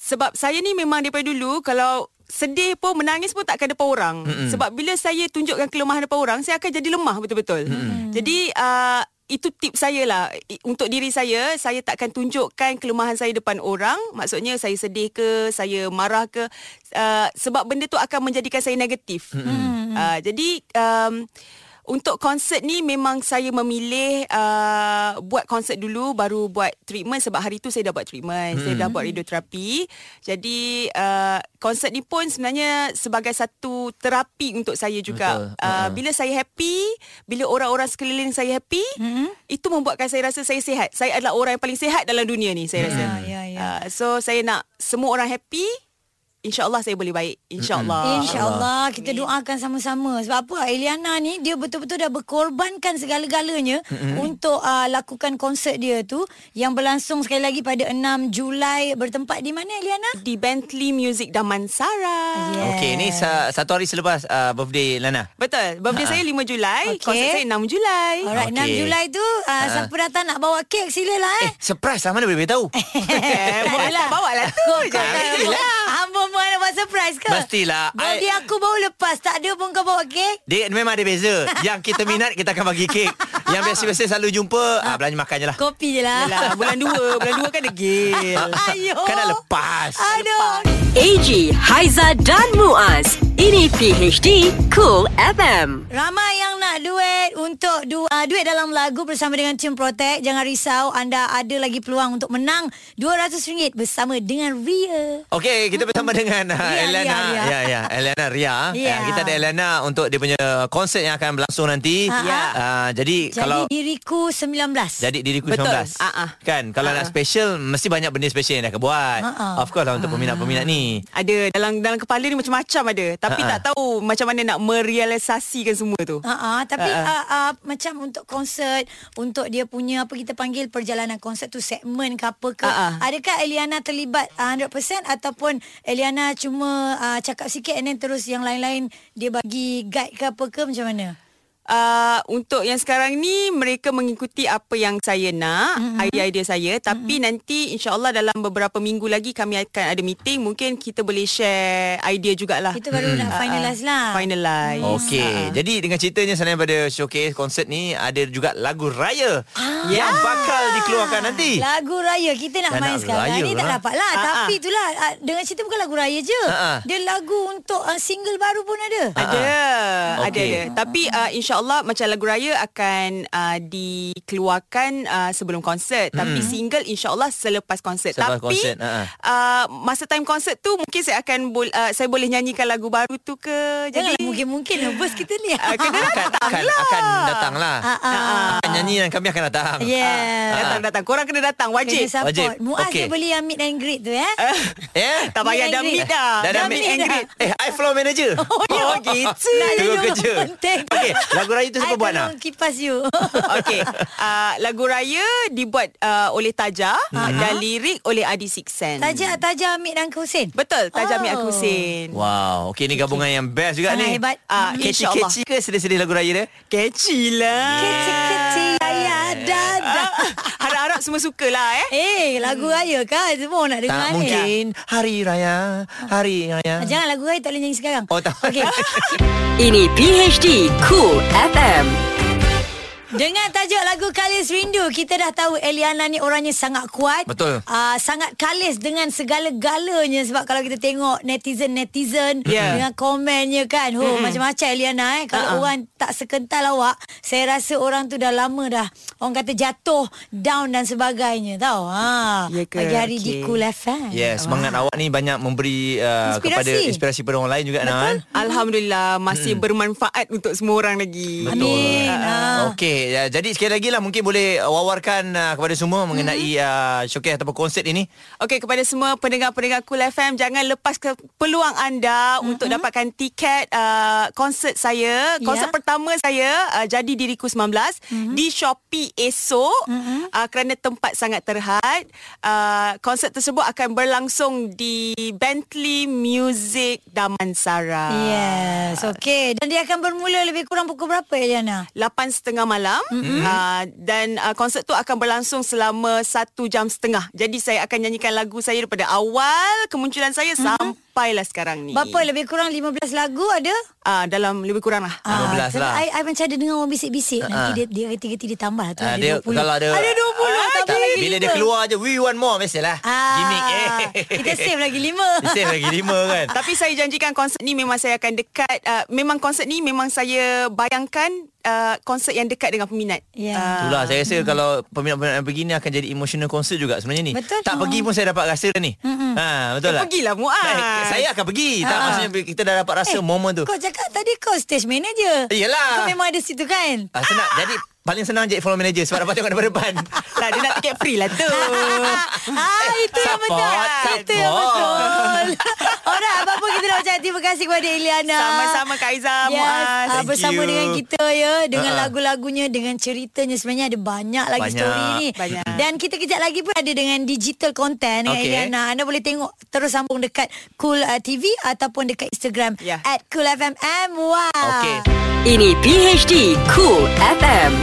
E: Sebab saya ni memang daripada dulu kalau sedih pun menangis pun takkan depan orang. Mm-mm. Sebab bila saya tunjukkan kelemahan depan orang, saya akan jadi lemah betul-betul. Mm. Jadi uh, itu tip saya lah I- untuk diri saya, saya takkan tunjukkan kelemahan saya depan orang. Maksudnya saya sedih ke, saya marah ke uh, sebab benda tu akan menjadikan saya negatif. Mm. Uh, jadi um, untuk konsert ni memang saya memilih uh, buat konsert dulu baru buat treatment sebab hari tu saya dah buat treatment, hmm. saya dah buat radioterapi. Jadi uh, konsert ni pun sebenarnya sebagai satu terapi untuk saya juga.
B: Betul.
E: Uh,
B: Ha-ha.
E: bila saya happy, bila orang-orang sekeliling saya happy, hmm. itu membuatkan saya rasa saya sihat. Saya adalah orang yang paling sihat dalam dunia ni saya rasa.
A: Ya, ya, ya.
E: Uh, so saya nak semua orang happy. InsyaAllah saya boleh baik. InsyaAllah.
A: InsyaAllah kita doakan sama-sama Sebab apa Eliana ni Dia betul-betul dah berkorbankan segala-galanya mm-hmm. Untuk uh, lakukan konsert dia tu Yang berlangsung sekali lagi pada 6 Julai Bertempat di mana Eliana?
E: Di Bentley Music Damansara.
A: Yeah.
B: Okey ni sa- satu hari selepas uh, birthday Elana
E: Betul. Birthday saya 5 Julai.
A: Ha. Okey.
E: Okay. Konsert saya 6 Julai.
A: Alright
B: Okey.
A: 6 Julai tu uh,
E: Ah.
A: Siapa datang nak bawa kek silalah
B: Eh
A: eh
B: [LAUGHS] surprise lah mana boleh beritahu
E: Eh, boleh lah. Bawa lah tu. lah. Jangan.
A: Hamba mu nak buat surprise ke?
B: Mestilah.
A: Birthday
B: I-
A: aku baru lepas Tak ada pun kau bawa kek
B: Dia memang ada beza Yang kita minat Kita akan bagi kek Yang biasa-biasa selalu jumpa ah, Belanja makan je lah
A: Kopi je lah
E: Yelah, Ah,
A: [LAUGHS]
E: bulan 2. Bulan 2 kan degil.
A: Ayo
B: Kan dah lepas
A: Aduh
C: AG, Haiza dan Muaz. Ini PHD Cool FM.
A: Ramai yang nak duet untuk du- uh, duet dalam lagu bersama dengan Team Protect. Jangan risau, anda ada lagi peluang untuk menang RM200 bersama dengan Ria.
B: Okey, kita bersama dengan uh,
A: Ria,
B: Elena.
A: Ria, Ria.
B: Ya, ya, Elena Ria.
A: Ya.
B: Uh, kita ada Elena untuk dia punya konsert yang akan berlangsung nanti.
A: Ha, ha.
B: Uh, jadi,
A: Jadi
B: kalau
A: diriku 19.
B: jadi diriku
E: Betul.
B: 19.
E: Ha, ha.
B: Kan, kalau nak special mesti banyak benda special yang dah akan buat.
A: Ha, ha.
B: Of course lah untuk peminat-peminat ni.
E: Ada dalam dalam kepala ni macam-macam ada tapi
B: Ha-ha.
E: tak tahu macam mana nak merealisasikan semua tu.
A: Ha tapi uh,
E: Ha,
A: uh, macam untuk konsert, untuk dia punya apa kita panggil perjalanan konsert tu segmen ke apa ke.
E: Ha, ha.
A: Adakah Eliana terlibat uh, 100% ataupun Eliana cuma uh, cakap sikit and then terus yang lain-lain dia bagi guide ke apa ke macam mana?
E: Uh, untuk yang sekarang ni mereka mengikuti apa yang saya nak, mm-hmm. idea-idea saya tapi mm-hmm. nanti insyaallah dalam beberapa minggu lagi kami akan ada meeting mungkin kita boleh share idea jugalah. Mm.
A: Kita baru nak
E: Ha-ha.
A: finalize lah.
E: Finalize.
B: Okey, jadi dengan ceritanya selain pada showcase konsert ni ada juga lagu raya yang bakal dikeluarkan nanti.
A: Ah, Lagu raya kita
B: Dah
A: nak main
B: nak
A: sekarang
B: raya
A: ni tak
B: lah.
A: dapat lah
E: Ha,
A: tapi itulah ah, dengan cerita bukan lagu raya je.
B: Ha, ha.
A: Dia lagu untuk ah, single baru pun ada.
E: Ada,
B: Ah.
E: ada,
B: Okey.
E: ada. Tapi uh, insyaAllah macam lagu raya akan uh, dikeluarkan uh, sebelum konsert. Hmm. Tapi single insyaAllah selepas konsert.
B: Selepas
E: Tapi
B: konsert, ah, ah.
E: uh, masa time konsert tu mungkin saya akan bol- uh, saya boleh nyanyikan lagu baru tu ke.
A: Jangan
E: Jadi
A: mungkin-mungkin nervous kita ni.
E: Ah,
A: [LAUGHS]
E: kena
B: Akan, akan, akan datang lah.
A: Ah, ah.
B: Akan nyanyi dan kami akan datang. ah.
A: Yeah.
E: datang datang. eh, Korang kena datang
A: Kena
E: wajib.
A: support.
B: wajib.
A: Muaz
B: Okey. Ah,
A: dia beli yang meet and greet tu eh.
B: Yeah.
E: Tak payah
A: Meet
E: dah
A: and greet.
E: meet dah.
B: Ya? Dah dah meet and greet. Eh, I floor manager.
E: [LAUGHS]
B: [LAUGHS]
E: Oh, oh gitu.
A: Nak
B: Tunggu
A: tunjuk
B: kerja.
A: penting.
B: Okey, lagu raya tu siapa
A: I
B: buat,
A: tolong kipas you. [LAUGHS]
E: Okey, uh, lagu raya dibuat uh, oleh Taja
B: Hmm.
E: dan lirik oleh Adi Sixen.
A: Tajak, Tajak Amir dan Husin.
E: Betul,
A: Oh.
E: Taja oh. Mia Kusin.
B: Wow, okey ni gabungan yang best juga
A: Sangat
B: ni.
A: hebat. Hmm.
E: Ah, insyaAllah.
B: Keci-keci ke sedih-sedih lagu raya dia?
E: Catchy lah.
A: Kecil-kecil ya, ayah dadah.
B: Ah.
E: Harap-harap semua suka lah eh.
A: Eh, lagu raya kan? Semua orang nak dengar
B: Hmm. Tak
A: ni. Ah,
B: mungkin hari raya, hari raya.
A: Jangan lagu raya tak boleh nyanyi
B: [LAUGHS]
A: sekarang.
B: Oh, tak.
A: Okey.
C: Ini PHD Cool FM.
A: Dengan tajuk lagu Kalis Rindu Kita dah tahu Eliana ni orangnya sangat kuat
B: Betul.
A: uh, Sangat kalis dengan segala-galanya Sebab kalau kita tengok netizen-netizen
E: Ya.
A: Dengan komennya kan oh, Macam-macam Eliana eh Kalau
E: Ha-ha.
A: orang tak sekental awak Saya rasa orang tu dah lama dah Orang kata jatuh Down dan sebagainya tau ha,
E: Ya ke?
A: Pagi hari
E: Okey.
A: di Cool FM
E: Ya.
B: Yes, semangat awak ni banyak memberi uh,
A: Eh, Inspirasi.
B: kepada inspirasi kepada orang lain juga Betul.
E: Alhamdulillah masih bermanfaat untuk semua orang lagi.
B: Betul.
A: Amin. Ah.
B: Uh, Okey, ya, jadi sekali lagi lah mungkin boleh uh, wawarkan uh, kepada semua
A: Hmm.
B: mengenai uh, showcase ataupun konsert ini.
E: Okey kepada semua pendengar-pendengar Cool FM jangan lepas ke peluang anda mm-hmm. untuk dapatkan tiket uh, konsert saya, konsert
A: Ya.
E: pertama saya uh, jadi diriku 19 mm-hmm. di Shopee esok mm-hmm. uh, kerana tempat sangat terhad. Uh, konsert tersebut akan berlangsung di Bentley Music Damansara.
A: Yes, okay. Dan dia akan bermula lebih kurang pukul berapa, Eliana?
E: lapan setengah malam mm-hmm. uh, dan uh, konsert tu akan berlangsung selama satu jam setengah. Jadi saya akan nyanyikan lagu saya daripada awal kemunculan saya mm-hmm. sampailah sekarang ni.
A: Berapa lebih kurang 15 lagu ada?
E: Uh, dalam lebih kurang lah.
A: Ah.
E: Uh.
B: 15
A: sebab
B: lah.
A: I, I macam ada dengar orang bisik-bisik uh-huh. Nanti dia, dia reti-reti dia tambah lah tu
B: Ah,
A: Ada
B: dia
A: 20
B: kalau ada
A: Ada 20
B: Ah,
A: tambah
B: tak,
A: lagi
B: Bila dia
A: lima.
B: keluar je we want more mestilah.
A: ah,
B: Gimik eh. [LAUGHS]
A: Kita save lagi 5
B: Save lagi lima kan.
E: Ah. Tapi saya janjikan konsert ni memang saya akan dekat uh, memang konsert ni memang saya bayangkan uh, konsert yang dekat dengan peminat. Ah.
A: Ya.
B: Itulah saya rasa kalau peminat-peminat yang pergi ni akan jadi emotional concert juga sebenarnya ni.
A: Betul.
B: Tak pergi pun saya dapat rasa dah ni. Mm-hmm. Ha betul tak?
E: Eh, Pergilah Muaz.
B: Eh, Saya akan pergi. Tak maksudnya kita dah dapat rasa momen tu.
A: Ah. Eh, Kau cakap tadi kau stage manager
B: Yelah.
A: Kau memang ada situ
B: [LAUGHS]
A: kan
B: Ah, senang. Jadi paling senang jadi follow manager sebab dapat tengok
A: [LAUGHS]
B: depan-depan.
E: Lah dia nak tiket free lah tu.
A: Ah, itu yang
B: support,
A: betul Itu yang
B: support.
A: betul [LAUGHS] Alright, apa-apa kita nak ucapkan terima kasih kepada Eliana
E: Sama-sama Kak Aizah,
A: Yes,
E: Muaz.
A: ah,
B: Thank
A: bersama
B: you.
A: dengan kita ya dengan
B: Ah, ah.
A: lagu-lagunya dengan ceritanya sebenarnya ada banyak lagi
B: Banyak.
A: story ni. Hmm.
E: Banyak.
A: Dan kita kejap lagi pun ada dengan digital content dengan
B: Okay.
A: Eliana. Anda boleh tengok terus sambung dekat Cool uh, TV ataupun dekat Instagram
E: Ya.
A: at @coolfmmy.
B: Okey.
C: Ini PHD Cool FM.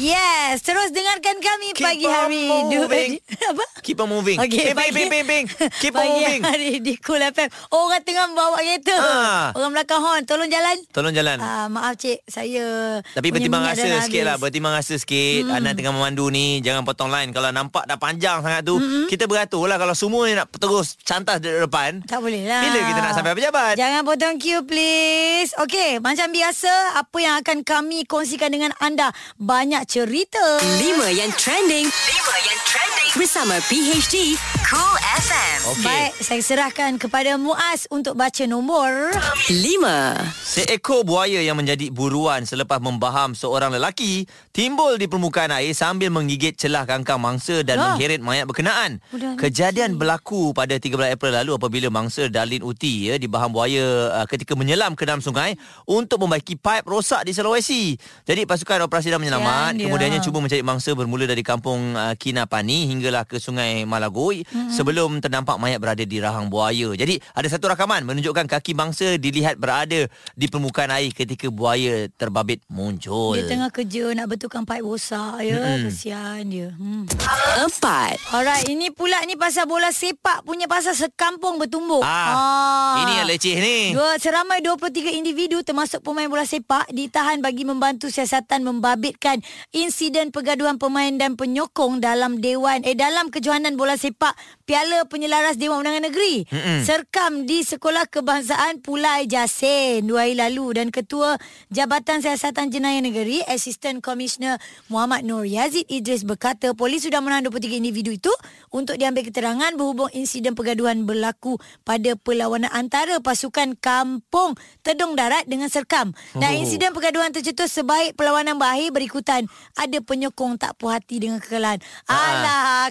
A: Yes, terus dengarkan kami
B: Keep on
A: pagi hari
B: moving.
A: [LAUGHS] apa?
B: Keep on moving.
A: Okey,
B: bing, bing, bing, bing, bing. Keep on
A: pagi [LAUGHS]
B: moving.
A: hari di Cool FM. Orang tengah bawa kereta.
B: Ah.
A: Orang belakang horn, tolong jalan.
B: Tolong jalan.
A: Ah, maaf cik, saya
B: Hmm. Tapi
A: punya
B: bertimbang
A: minyak dah
B: rasa
A: dah
B: sikit lah
A: habis.
B: Bertimbang rasa sikit hmm. Anak tengah memandu ni Jangan potong line Kalau nampak dah panjang sangat tu hmm. Kita beratur lah Kalau semua yang nak terus Cantas dari depan
A: Tak boleh lah.
B: Bila kita nak sampai pejabat
A: Jangan potong queue please. Okey, macam biasa, apa yang akan kami kongsikan dengan anda? Banyak cerita.
C: Lima yang trending. Lima yang trending. Bersama PHD Cool FM.
B: Okey.
A: Baik, saya serahkan kepada Muaz untuk baca nombor.
C: Lima.
B: Seekor buaya yang menjadi buruan selepas membaham seorang lelaki timbul di permukaan air sambil menggigit celah kangkang mangsa dan
A: Lah.
B: mengheret mayat berkenaan.
A: Budak lelaki.
B: Kejadian berlaku pada 13 April lalu apabila mangsa Darlin Uti ya, dibaham buaya uh, ketika menyelam ke dalam sungai untuk membaiki paip rosak di Sulawesi. Jadi pasukan operasi dan menyelamat
A: Kesian dia.
B: kemudiannya cuba mencari mangsa bermula dari kampung uh, Kinapani hinggalah ke sungai Malagoi mm-hmm. sebelum terdampak mayat berada di rahang buaya. Jadi ada satu rakaman menunjukkan kaki mangsa dilihat berada di permukaan air ketika buaya terbabit muncul.
A: Dia tengah kerja nak betulkan paip rosak ya. Kesian dia. Hmm.
C: Empat.
A: Alright, ini pula ni pasal bola sepak punya pasal sekampung bertumbuk.
B: Ah, Ini yang leceh ni.
A: Dua, seramai 23 individu termasuk pemain bola sepak ditahan bagi membantu siasatan membabitkan insiden pergaduhan pemain dan penyokong dalam dewan eh dalam kejohanan bola sepak Piala Penyelaras Dewan Undangan Negeri. Mm-mm. Serkam di Sekolah Kebangsaan Pulai Jasin dua hari lalu dan Ketua Jabatan Siasatan Jenayah Negeri Assistant Commissioner Muhammad Nur Yazid Idris berkata polis sudah menahan 23 individu itu untuk diambil keterangan berhubung insiden pergaduhan berlaku pada perlawanan antara pasukan kampung Tedong Darat dengan Serkam. Dan
B: Oh.
A: insiden pergaduhan tercetus sebaik perlawanan berakhir berikutan. Ada penyokong tak puas hati dengan kekalahan. Alah,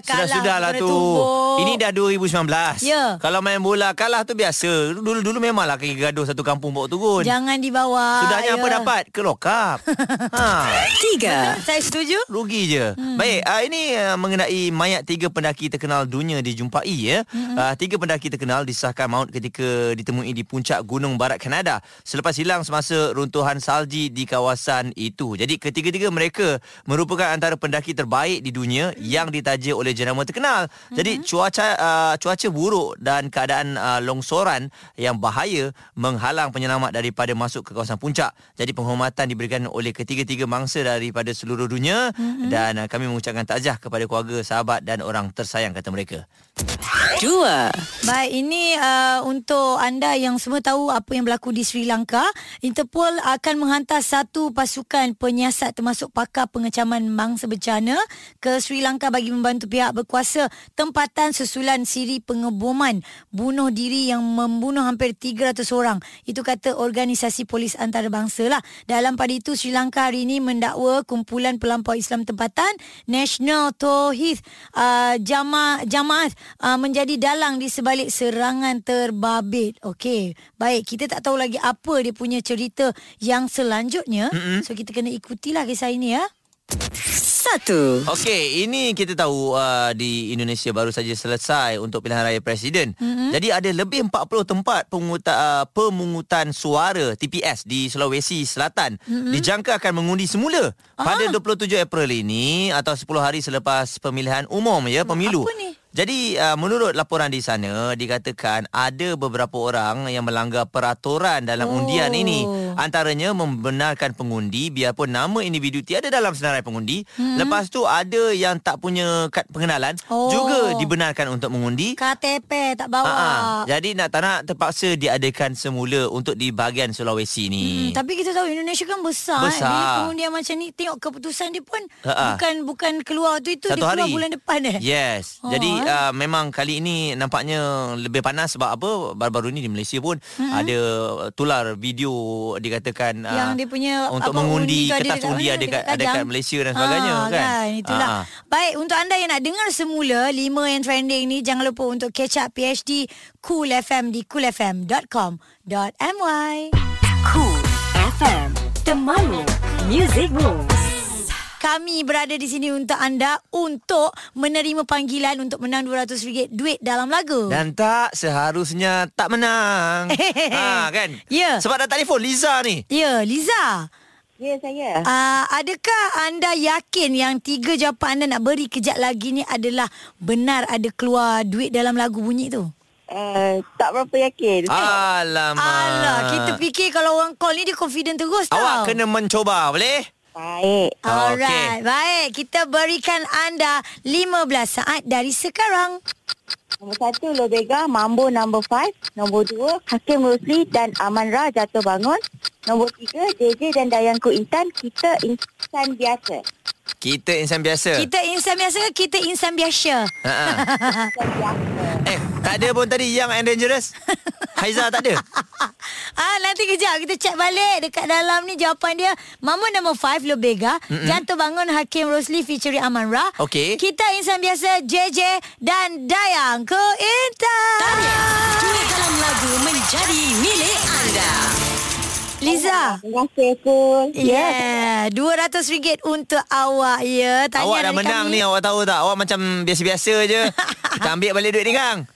B: Ah,
A: kalah.
B: Sudah-sudahlah lah
A: kena
B: tu.
A: tumbuk.
B: Ini dah 2019.
A: Ya.
B: Kalau main bola kalah tu biasa. Dulu-dulu memanglah kaki gaduh satu kampung bawa turun.
A: Jangan dibawa.
B: Sudahnya
A: ya.
B: apa dapat? Ke
A: [LAUGHS]
B: lokap. ha.
C: Tiga.
A: Saya setuju.
B: Rugi je. Hmm. Baik, uh, ini uh, mengenai mayat tiga pendaki terkenal dunia dijumpai ya. Hmm. Uh, tiga pendaki terkenal disahkan maut ketika ditemui di puncak gunung barat Kanada selepas hilang semasa runtuhan salji di kawasan itu. Jadi ketiga-tiga mereka merupakan antara pendaki terbaik di dunia yang ditaja oleh jenama terkenal. Jadi cuaca cuaca uh, cuaca buruk dan keadaan uh, longsoran yang bahaya menghalang penyelamat daripada masuk ke kawasan puncak. Jadi penghormatan diberikan oleh ketiga-tiga mangsa daripada seluruh dunia mm-hmm. dan uh, kami mengucapkan takziah kepada keluarga, sahabat dan orang tersayang kata mereka.
C: Dua.
A: Baik, ini uh, untuk anda yang semua tahu apa yang berlaku di Sri Lanka, Interpol akan menghantar satu pasukan penyiasat termasuk pakar pengecaman mangsa bencana ke Sri Lanka bagi membantu pihak berkuasa tempatan susulan siri pengeboman bunuh diri yang membunuh hampir 300 orang. Itu kata organisasi polis antarabangsa lah. Dalam pada itu Sri Lanka hari ini mendakwa kumpulan pelampau Islam tempatan National Tauhid uh, Jama Jamaat uh, menjadi dalang di sebalik serangan terbabit. Okey, baik. Kita tak tahu lagi apa dia punya cerita yang selanjutnya. Mm-hmm. So kita kena ikutilah kisah ini ya.
C: Satu.
B: Okey, ini kita tahu uh, di Indonesia baru saja selesai untuk pilihan raya presiden. Mm-hmm. Jadi ada lebih 40 tempat pemungutan, uh, pemungutan suara TPS di Sulawesi Selatan mm-hmm. dijangka akan mengundi semula ah. pada 27 April ini atau 10 hari selepas pemilihan umum ya pemilu.
A: Apa ni?
B: Jadi uh, menurut laporan di sana dikatakan ada beberapa orang yang melanggar peraturan dalam oh.
A: Oh.
B: undian ini. Antaranya membenarkan pengundi biarpun nama individu tiada dalam senarai pengundi. Hmm. Lepas tu ada yang tak punya kad pengenalan oh.
A: Oh.
B: juga dibenarkan untuk mengundi.
A: KTP
B: Ha-ha.
A: tak bawa.
B: Jadi nak tak nak terpaksa diadakan semula untuk di bahagian Sulawesi ni.
A: Hmm, tapi kita tahu Indonesia kan besar. Eh.
B: Besar.
A: Bila pengundian macam ni tengok keputusan dia pun
B: Ha-ha.
A: bukan bukan keluar tu itu dia keluar bulan depan eh.
B: Yes. Oh,
A: Oh,
B: Jadi
A: eh.
B: uh, memang kali ini nampaknya lebih panas sebab apa? Baru-baru ni di Malaysia pun mm-hmm. ada tular video dikatakan
A: Hmm.
B: ah,
A: Yang dia punya
B: untuk
A: apa,
B: mengundi
A: tu ada
B: kertas
A: dekat
B: undi
A: mana,
B: ada dekat
A: dekat
B: ada dekat
A: Padang.
B: Malaysia dan sebagagnya
A: Ah,
B: kan.
A: kan itulah.
B: Ah, ah.
A: Baik, untuk anda yang nak dengar semula 5 yang trending ni jangan lupa untuk catch up PhD Cool FM di coolfm.com.my.
C: Cool FM. Temanmu. Music Moves.
A: Kami berada di sini untuk anda untuk menerima panggilan untuk menang RM200 duit dalam lagu.
B: Dan tak seharusnya tak
A: [LAUGHS]
B: menang. ha kan?
A: Ya.
B: Sebab dah telefon Liza ni.
A: ya, Liza.
F: Ya, saya.
A: Uh, adakah anda yakin yang tiga jawapan anda nak beri kejap lagi ni adalah benar ada keluar duit dalam lagu bunyi tu?
F: Uh, tak berapa yakin.
B: Alamak.
A: Eh, Alah, kita fikir kalau orang call ni dia confident terus tau.
B: Ah. Awak kena mencuba, boleh?
F: Baik.
A: Alright, okay. baik. Kita berikan anda 15 saat dari sekarang.
F: Nombor satu, Lobega, Mambo number five. Nombor dua, Hakim Rosli dan Amanra jatuh bangun. Nombor tiga, JJ dan Dayanku Intan, kita insan biasa.
B: Kita insan biasa.
A: Kita insan biasa ke kita insan biasa? [LAUGHS]
B: Ha-ha.
F: Insan biasa.
B: Eh, tak ada pun tadi Young and Dangerous. Haiza tak
A: [LAUGHS]
B: ada.
A: Ah, nanti kejap kita check balik dekat dalam ni jawapan dia. Mama nombor 5 Lobega, Mm-mm. Jantung Bangun Hakim Rosli featuring Amanra.
B: Okey.
A: Kita insan biasa JJ dan Dayang ke Intan.
C: Duit dalam lagu menjadi milik anda.
A: Liza.
F: Terima kasih, Kul.
A: Yeah, RM200 untuk awak ya. Tahniah
B: awak dah
A: dari
B: menang
A: kami.
B: ni, awak tahu tak? Awak macam biasa-biasa
A: [LAUGHS]
B: je. Kita ambil balik duit ni, Kang.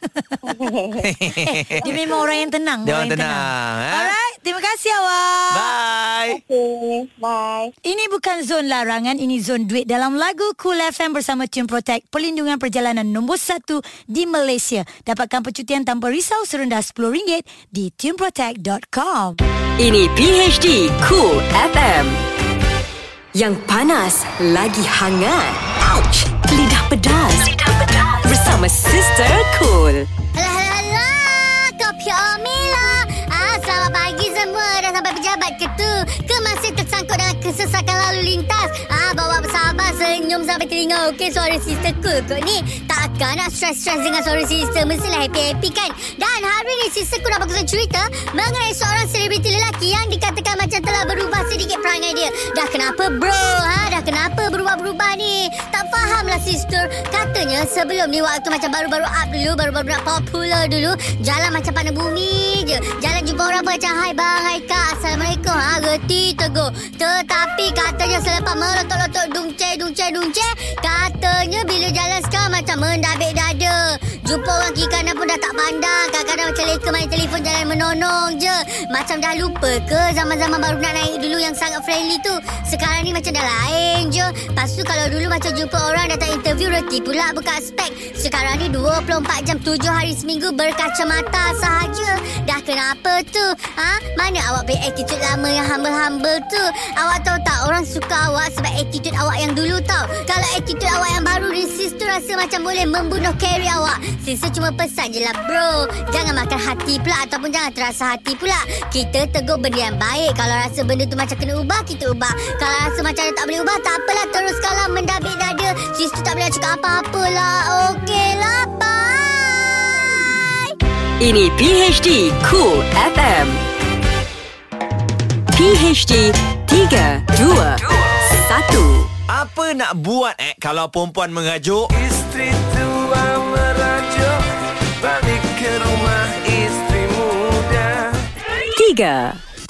A: Eh, dia memang orang yang tenang.
B: Dia orang tenang, eh?
A: Alright, terima kasih awak.
B: Bye.
F: Okay, bye.
A: Ini bukan zon larangan, ini zon duit dalam lagu Cool FM bersama Tune Protect, pelindungan perjalanan nombor 1 di Malaysia. Dapatkan percutian tanpa risau serendah RM10 di tuneprotect.com.
C: Ini PHD Cool FM. Yang panas lagi hangat. Ouch. Lidah pedas. Lidah pedas. Bersama Sister Cool.
G: Alah, alah, alah. Kau pure Mila. Ah, selamat pagi semua. Dah sampai pejabat ke tu? Ke masih tersangkut dalam kesesakan lalu lintas? Ah, bawa bersabar senyum sampai telinga. Okey, suara sister cool kot ni. Takkan nak stress-stress dengan suara sister. Mestilah happy-happy kan? Dan hari ni sister cool dah baguskan cerita mengenai seorang selebriti lelaki yang dikatakan macam telah berubah sedikit perangai dia. Dah kenapa bro? Ha? Dah kenapa berubah-berubah ni? Tak fahamlah sister. Katanya sebelum ni waktu macam baru-baru up dulu, baru-baru nak popular dulu, jalan macam pandang bumi je. Jalan jumpa orang macam hai bang, hai kak, assalamualaikum. Ha, reti tegur. Tetapi katanya selepas melotot-lotot dungce, dungce, dungce, katanya bila jalan sekarang macam mendabik dada. Jumpa Jumpa orang kiri kanan pun dah tak pandang Kadang-kadang macam leka main telefon Jalan menonong je Macam dah lupa ke Zaman-zaman baru nak naik dulu Yang sangat friendly tu Sekarang ni macam dah lain je Lepas tu kalau dulu macam jumpa orang Datang interview reti pula buka spek Sekarang ni 24 jam 7 hari seminggu Berkacamata sahaja Dah kenapa tu ha? Mana awak punya attitude lama yang humble-humble tu Awak tahu tak orang suka awak Sebab attitude awak yang dulu tau Kalau attitude awak yang baru ni Sis tu rasa macam boleh membunuh carry awak Sister cuma pesan je lah bro Jangan makan hati pula Ataupun jangan terasa hati pula Kita tegur benda yang baik Kalau rasa benda tu macam kena ubah Kita ubah Kalau rasa macam tak boleh ubah Tak apalah teruskanlah mendabik dada Sister tak boleh nak cakap apa-apa lah Okey lah bye
C: Ini PHD Cool FM. PHD 3, 2, 1.
B: Apa nak buat eh kalau perempuan mengajuk?
H: Isteri tua merajuk Balik ke rumah isteri muda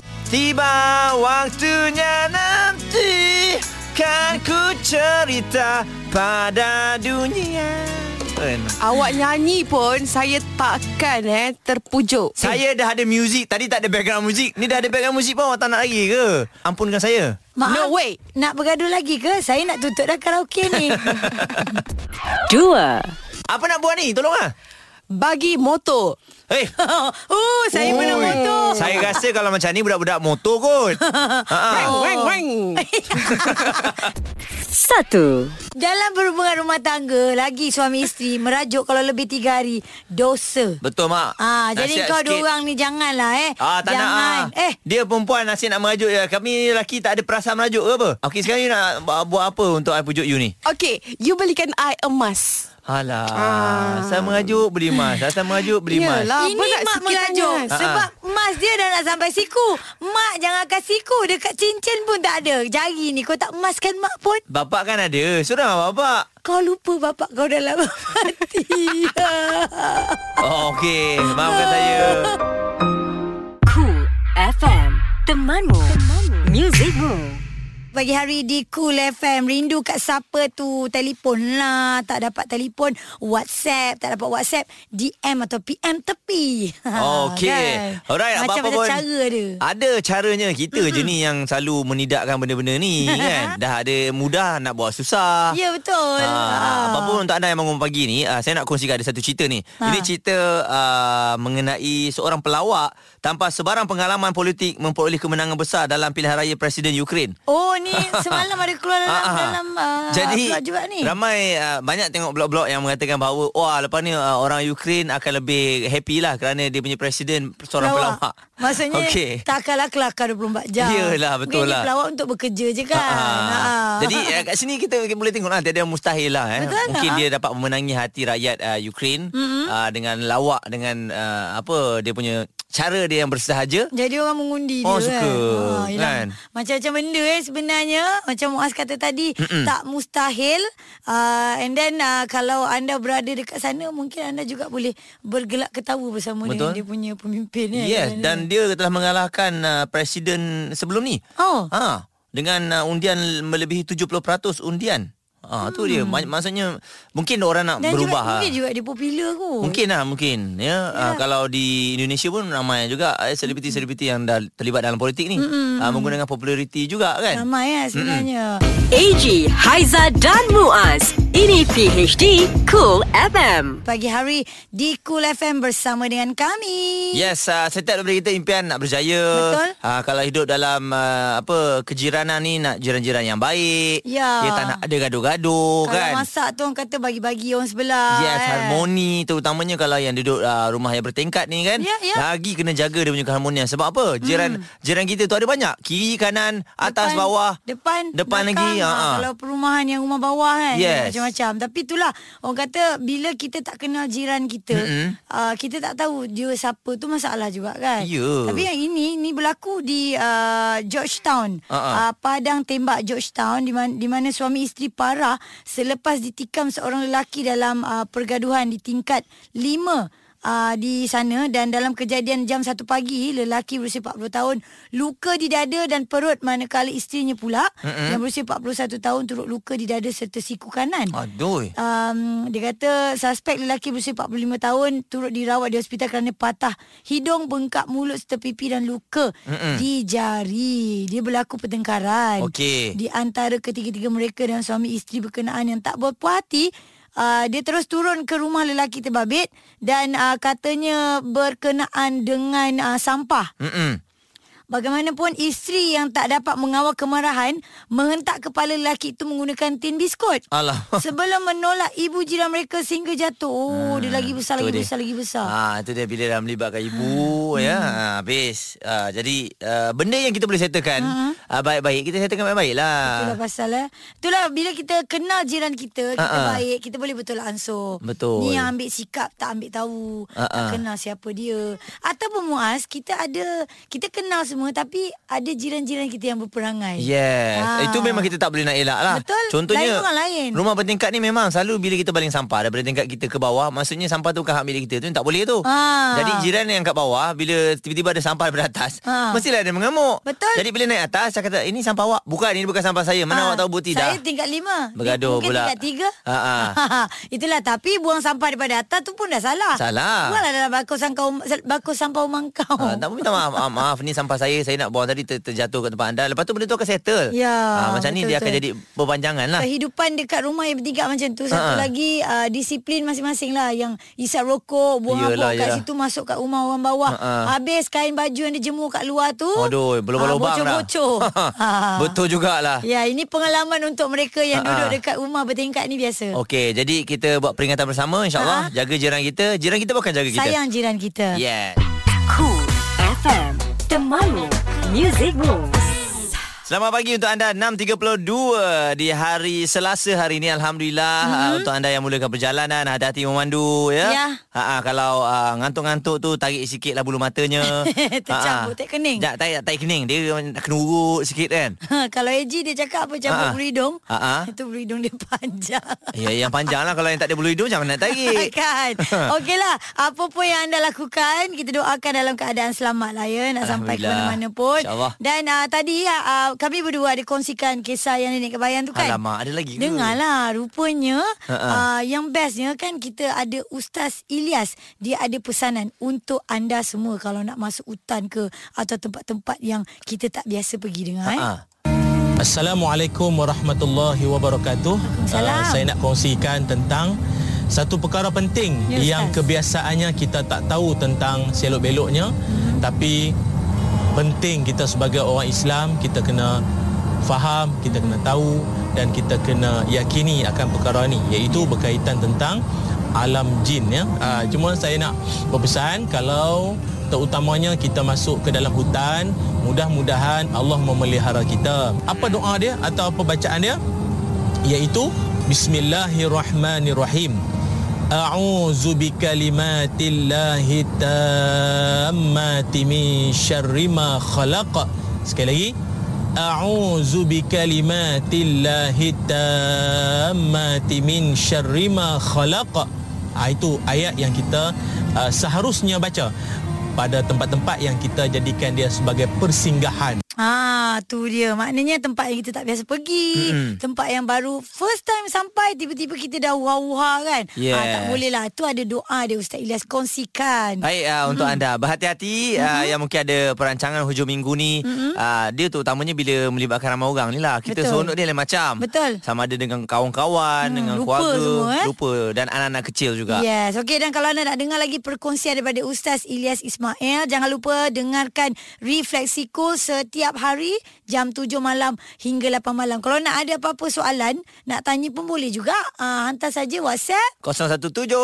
C: 3.
B: Tiba waktunya nanti Kan ku cerita pada dunia Kan?
E: Awak nyanyi pun saya takkan eh terpujuk.
B: Saya dah ada muzik Tadi tak ada background muzik Ni dah ada background muzik pun Awak tak nak lagi ke? Ampunkan saya
E: No way.
A: Nak bergaduh lagi ke? Saya nak tutup dah karaoke ni.
C: 2.
B: Apa nak buat ni? Tolong lah
E: [LAUGHS] bagi motor.
A: [LAUGHS]
B: Hei
A: oh, saya
B: Oi.
A: pernah motor.
B: Saya rasa kalau macam ni Budak-budak motor
A: [LAUGHS]
B: kot
A: Eh,
B: Ha-ha.
E: Oh. Wang wang.
C: 1.
A: Dalam berhubungan rumah tangga, lagi suami isteri merajuk kalau lebih tiga hari, dosa.
B: Betul mak
A: Ah, jadi
B: Nasihat
A: kau
B: sikit.
A: dua orang ni janganlah eh.
B: Ah, tak nak
A: Jangan.
B: ah.
A: Eh,
B: Dia perempuan asyik nak merajuk je. Kami ni lelaki tak ada perasaan merajuk ke apa? Okey, sekarang you nak bu- buat apa untuk I pujuk you ni?
E: Okay, you belikan I emas.
B: Alah, ah. saya merajuk beli mas. Saya merajuk beli mas.
E: Yalah. Apa
A: Ini
E: nak
A: mak Ah,
E: sikit
A: merajuk
E: tangan?
A: Sebab
B: Ha,
A: mas dia dah nak sampai siku Mak jangan akan siku Dekat cincin pun tak ada Jari ni kau tak emaskan mak pun
B: Bapak kan ada. Sudah bapak.
A: Kau lupa bapak kau dalam [LAUGHS] hati
B: Oh, okey. Maafkan
A: [LAUGHS]
B: saya.
C: Cool FM. Temanmu. Temanmu. Musicmu.
A: Pagi hari di Cool FM Rindu kat siapa tu Telefon lah Tak dapat telefon Whatsapp Tak dapat Whatsapp DM atau PM tepi [LAUGHS]
B: Okey.
A: Kan?
B: Alright,
A: Macam
B: apa-apa pun.
A: macam cara dia
B: Ada caranya kita mm-hmm. je ni yang selalu menidakkan benda-benda
A: [LAUGHS]
B: ni kan. Dah ada mudah nak buat susah.
A: Ya betul
B: Ah, apa pun untuk anda yang bangun pagi ni, ah, saya nak kongsikan ada satu cerita ni.
A: Ha.
B: Ini cerita ah, mengenai seorang pelawak tanpa sebarang pengalaman politik memperoleh kemenangan besar dalam pilihan raya Presiden Ukraine.
A: Oh ni semalam ada keluar dalam,
B: Ah, ah.
A: dalam uh,
B: Jadi
A: juga ni
B: ramai uh, banyak tengok blog-blog yang mengatakan bahawa wah lepas ni uh, orang Ukraine akan lebih happy lah kerana dia punya presiden seorang pelawak.
A: Maksudnya
B: Okey.
A: takkanlah kelakar 24 jam.
B: Yelah, betul lah.
A: Mungkin Dia pelawak untuk bekerja je kan.
B: Ha.
A: Ha.
B: Jadi eh, kat sini kita boleh tengok lah tiada yang mustahil lah eh.
A: Betul
B: Mungkin
A: tak?
B: dia dapat memenangi hati rakyat uh, Ukraine mm-hmm. uh, dengan lawak dengan uh, apa dia punya cara dia yang bersahaja.
A: jadi orang mengundi
B: Oh,
A: dia
B: suka,
A: kan. yelah.
B: kan?
A: Macam-macam benda eh sebenarnya. Macam Muaz kata tadi Mm-mm. tak mustahil. Uh, and then uh, kalau anda berada dekat sana mungkin anda juga boleh bergelak ketawa bersama
B: Betul.
A: dengan dia punya pemimpin eh.
B: Yes dan dia telah mengalahkan uh, presiden sebelum ni.
A: Oh.
B: Ha dengan uh, undian melebihi 70% undian. Ha tu dia Mak- maksudnya mungkin orang nak
A: Hmm. dan
B: berubah.
A: juga,
B: ah.
A: mungkin juga dia popular kot.
B: Mungkin lah mungkin ya. Yeah. Uh, kalau di Indonesia pun ramai juga eh,
A: Hmm.
B: selebriti-selebriti yang dah terlibat dalam politik ni. Uh, menggunakan populariti juga kan.
A: ramai eh sebenarnya.
C: AG, Haiza dan Muaz. Ini PHD Cool FM.
A: Pagi hari di Cool FM bersama dengan kami.
B: Yes, uh, setiap daripada kita impian nak berjaya.
A: Betul.
B: Uh, kalau hidup dalam uh, apa kejiranan ni nak jiran-jiran yang baik.
A: Ya.
B: Dia tak nak ada gaduh-gaduh
A: Kalau
B: kan.
A: masak tu orang kata bagi-bagi orang sebelah. kan?
B: Yes, harmoni terutamanya kalau yang duduk uh, rumah yang bertingkat ni kan.
A: Ya, ya.
B: Lagi kena jaga dia punya keharmonian sebab apa? Jiran jiran kita tu ada banyak. Kiri, kanan, atas,
A: Depan-
B: bawah.
A: Depan
B: Depan
A: belakang.
B: lagi,
A: Ah,
B: ha-ha.
A: Kalau perumahan yang rumah bawah kan
B: Yes.
A: Macam-macam Tapi itulah Orang kata Bila kita tak kenal jiran kita uh, Kita tak tahu Dia siapa tu masalah juga kan
B: Ya.
A: Tapi yang ini Ini berlaku di uh, Georgetown
B: Ha-ha.
A: uh, Padang tembak Georgetown di mana, di mana suami isteri parah Selepas ditikam seorang lelaki Dalam uh, pergaduhan Di tingkat 5 uh, di sana dan dalam kejadian jam 1 pagi lelaki berusia 40 tahun luka di dada dan perut manakala isterinya pula mm-hmm. yang berusia 41 tahun turut luka di dada serta siku kanan.
B: Aduh.
A: Um, dia kata suspek lelaki berusia 45 tahun turut dirawat di hospital kerana patah hidung, bengkak mulut serta pipi dan luka
B: Mm-mm.
A: di jari. Dia berlaku pertengkaran.
B: Okey.
A: Di antara ketiga-tiga mereka dan suami isteri berkenaan yang tak berpuas hati, Uh, dia terus turun ke rumah lelaki terbabit dan uh, katanya berkenaan dengan uh, sampah.
B: Mm-mm.
A: Bagaimanapun isteri yang tak dapat mengawal kemarahan menghentak kepala lelaki itu menggunakan tin biskut.
B: Alah.
A: [LAUGHS] Sebelum menolak ibu jiran mereka sehingga jatuh. Oh, dia lagi besar,
B: tu
A: lagi
B: Ah, dia.
A: besar, lagi besar.
B: [LAUGHS] Ah itu dia bila dah melibatkan ibu
A: Hmm.
B: ya. Ha, habis. Ah, jadi uh, benda yang kita boleh settlekan
A: Hmm.
B: ah, baik-baik lah. kita settlekan baik-baiklah.
A: Itulah pasal eh. Itulah bila kita kenal jiran kita, kita
B: Ha-ha.
A: baik, kita boleh betul ansur.
B: Ah, Betul. Ah,
A: Ni yang ambil sikap tak ambil tahu, tak
B: Ha-ha.
A: kenal siapa dia. Ataupun Muaz, kita ada kita kenal semua tapi ada jiran-jiran kita yang berperangai.
B: Yes
A: Ah.
B: Itu memang kita tak boleh nak elak lah
A: Betul.
B: Contohnya
A: Lain orang lain.
B: Rumah bertingkat ni memang Selalu bila kita baling sampah Daripada tingkat kita ke bawah Maksudnya sampah tu bukan hak milik kita tu Tak boleh tu
A: Ah.
B: Jadi jiran yang kat bawah Bila tiba-tiba ada sampah daripada atas
A: Ah.
B: Mestilah dia mengamuk
A: Betul.
B: Jadi bila naik atas Saya kata Ini sampah awak Bukan ini bukan sampah saya Mana
A: Ah,
B: awak tahu bukti dah
A: Saya tingkat lima
B: Bergaduh
A: Mungkin
B: pula.
A: tingkat tiga
B: Ha, ha.
A: [LAUGHS] Itulah tapi buang sampah daripada atas tu pun dah salah
B: Salah.
A: Buanglah dalam bakul, sangkau, bakul sampah rumah kau
B: Ah, tak apa minta maaf, maaf, maaf ni sampah saya saya nak buang tadi ter, terjatuh kat tempat anda. Lepas tu benda tu akan settle.
A: Ya,
B: Ah, macam ni
A: betul,
B: dia akan
A: betul.
B: jadi berpanjangan lah.
A: Kehidupan dekat rumah yang bertiga macam tu Satu
B: Ha, ha.
A: lagi uh, Disiplin masing-masing lah Yang isap rokok Buang
B: Yelah,
A: apa kat
B: yelah.
A: situ Masuk kat rumah orang bawah
B: Ha, ha.
A: Habis kain baju yang dijemur kat luar tu
B: Aduh, berlubang-lubang
A: Ah,
B: dah. [LAUGHS]
A: Bocor-bocor Ah.
B: lah. Betul jugalah.
A: Ya ini pengalaman untuk mereka Yang
B: Ha, ha.
A: duduk dekat rumah bertingkat ni biasa
B: Okey, jadi kita buat peringatan bersama insyaAllah. Jaga jiran kita. Jiran kita pun akan jaga kita.
A: Sayang jiran kita
B: Yeah.
C: Cool FM Temanmu Music Moves
B: Selamat pagi untuk anda 6.32 di hari Selasa hari ini Alhamdulillah mm-hmm. uh, Untuk anda yang mulakan perjalanan Hati-hati memandu ya
A: Ya.
B: Ha, ha, Kalau uh, ngantuk-ngantuk tu tarik sikit lah bulu matanya
A: [LAUGHS] Tercabut, tak kening.
B: Tak, tarik, tarik kening Dia nak kena urut sikit kan
A: Ha, [LAUGHS] kalau Eji dia cakap apa cabut
B: Ha-ha.
A: berhidung.
B: Ha-ha.
A: Itu berhidung dia [LAUGHS] panjang.
B: Ya, yang panjang lah Kalau yang tak ada bulu hidung Jangan nak
A: [LAUGHS]
B: tarik
A: kan Okeylah Apa pun yang anda lakukan Kita doakan dalam keadaan selamat lah ya Nak sampai ke
B: Alhamdulillah.
A: mana-mana pun
B: InsyaAllah.
A: Dan uh, tadi uh, uh, Kami berdua ada kongsikan Kisah yang nenek kebayang tu kan
B: Alamak, ada lagi ke?
A: Dengarlah Rupanya
B: Ha-ha.
A: uh, Yang bestnya kan Kita ada Ustaz Ilyas Dia ada pesanan Untuk anda semua Kalau nak masuk hutan ke Atau tempat-tempat yang Kita tak biasa pergi dengar eh.
B: ha.
I: Assalamualaikum warahmatullahi wabarakatuh. Ah,
A: Waalaikumsalam.
I: saya nak kongsikan tentang satu perkara penting
A: Ya, Ustaz.
I: yang kebiasaannya kita tak tahu tentang selok-beloknya
A: Hmm.
I: tapi penting kita sebagai orang Islam kita kena faham, kita kena tahu dan kita kena yakini akan perkara ni iaitu berkaitan tentang alam jin ya. Ah, cuma saya nak berpesan kalau terutamanya kita masuk ke dalam hutan, mudah-mudahan Allah memelihara kita. Apa doa dia atau apa bacaan dia? iaitu Bismillahirrahmanirrahim. A'udzu bikalimatillahi tammati min syarri ma khalaq. Sekali lagi. A'udzu bikalimatillahi tammati min syarri ma khalaq. Ah itu ayat yang kita uh, seharusnya baca pada tempat-tempat yang kita jadikan dia sebagai persinggahan.
A: Ah, tu dia. Maknanya tempat yang kita tak biasa pergi, mm-hmm. tempat yang baru first time sampai tiba-tiba kita dah wah-wah kan. Ah, tak
B: Yes.
A: boleh lah. Tu ada doa dia Ustaz Ilyas kongsikan.
B: Baik uh, untuk anda berhati-hati uh, yang mungkin ada perancangan hujung minggu ni uh, dia terutamanya bila melibatkan ramai orang ni lah kita
A: Betul.
B: seronok dia lain macam
A: Betul.
B: sama ada dengan kawan-kawan
A: Hmm,
B: dengan
A: lupa
B: keluarga
A: semua, eh? Ya.
B: lupa dan anak-anak kecil juga
A: Yes, okey dan kalau anda nak dengar lagi perkongsian daripada Ustaz Ilyas Ismail, jangan lupa dengarkan Refleksiku setiap hari jam 7 malam hingga 8 malam. Kalau nak ada apa-apa soalan, nak tanya pun boleh juga. Ah, hantar saja WhatsApp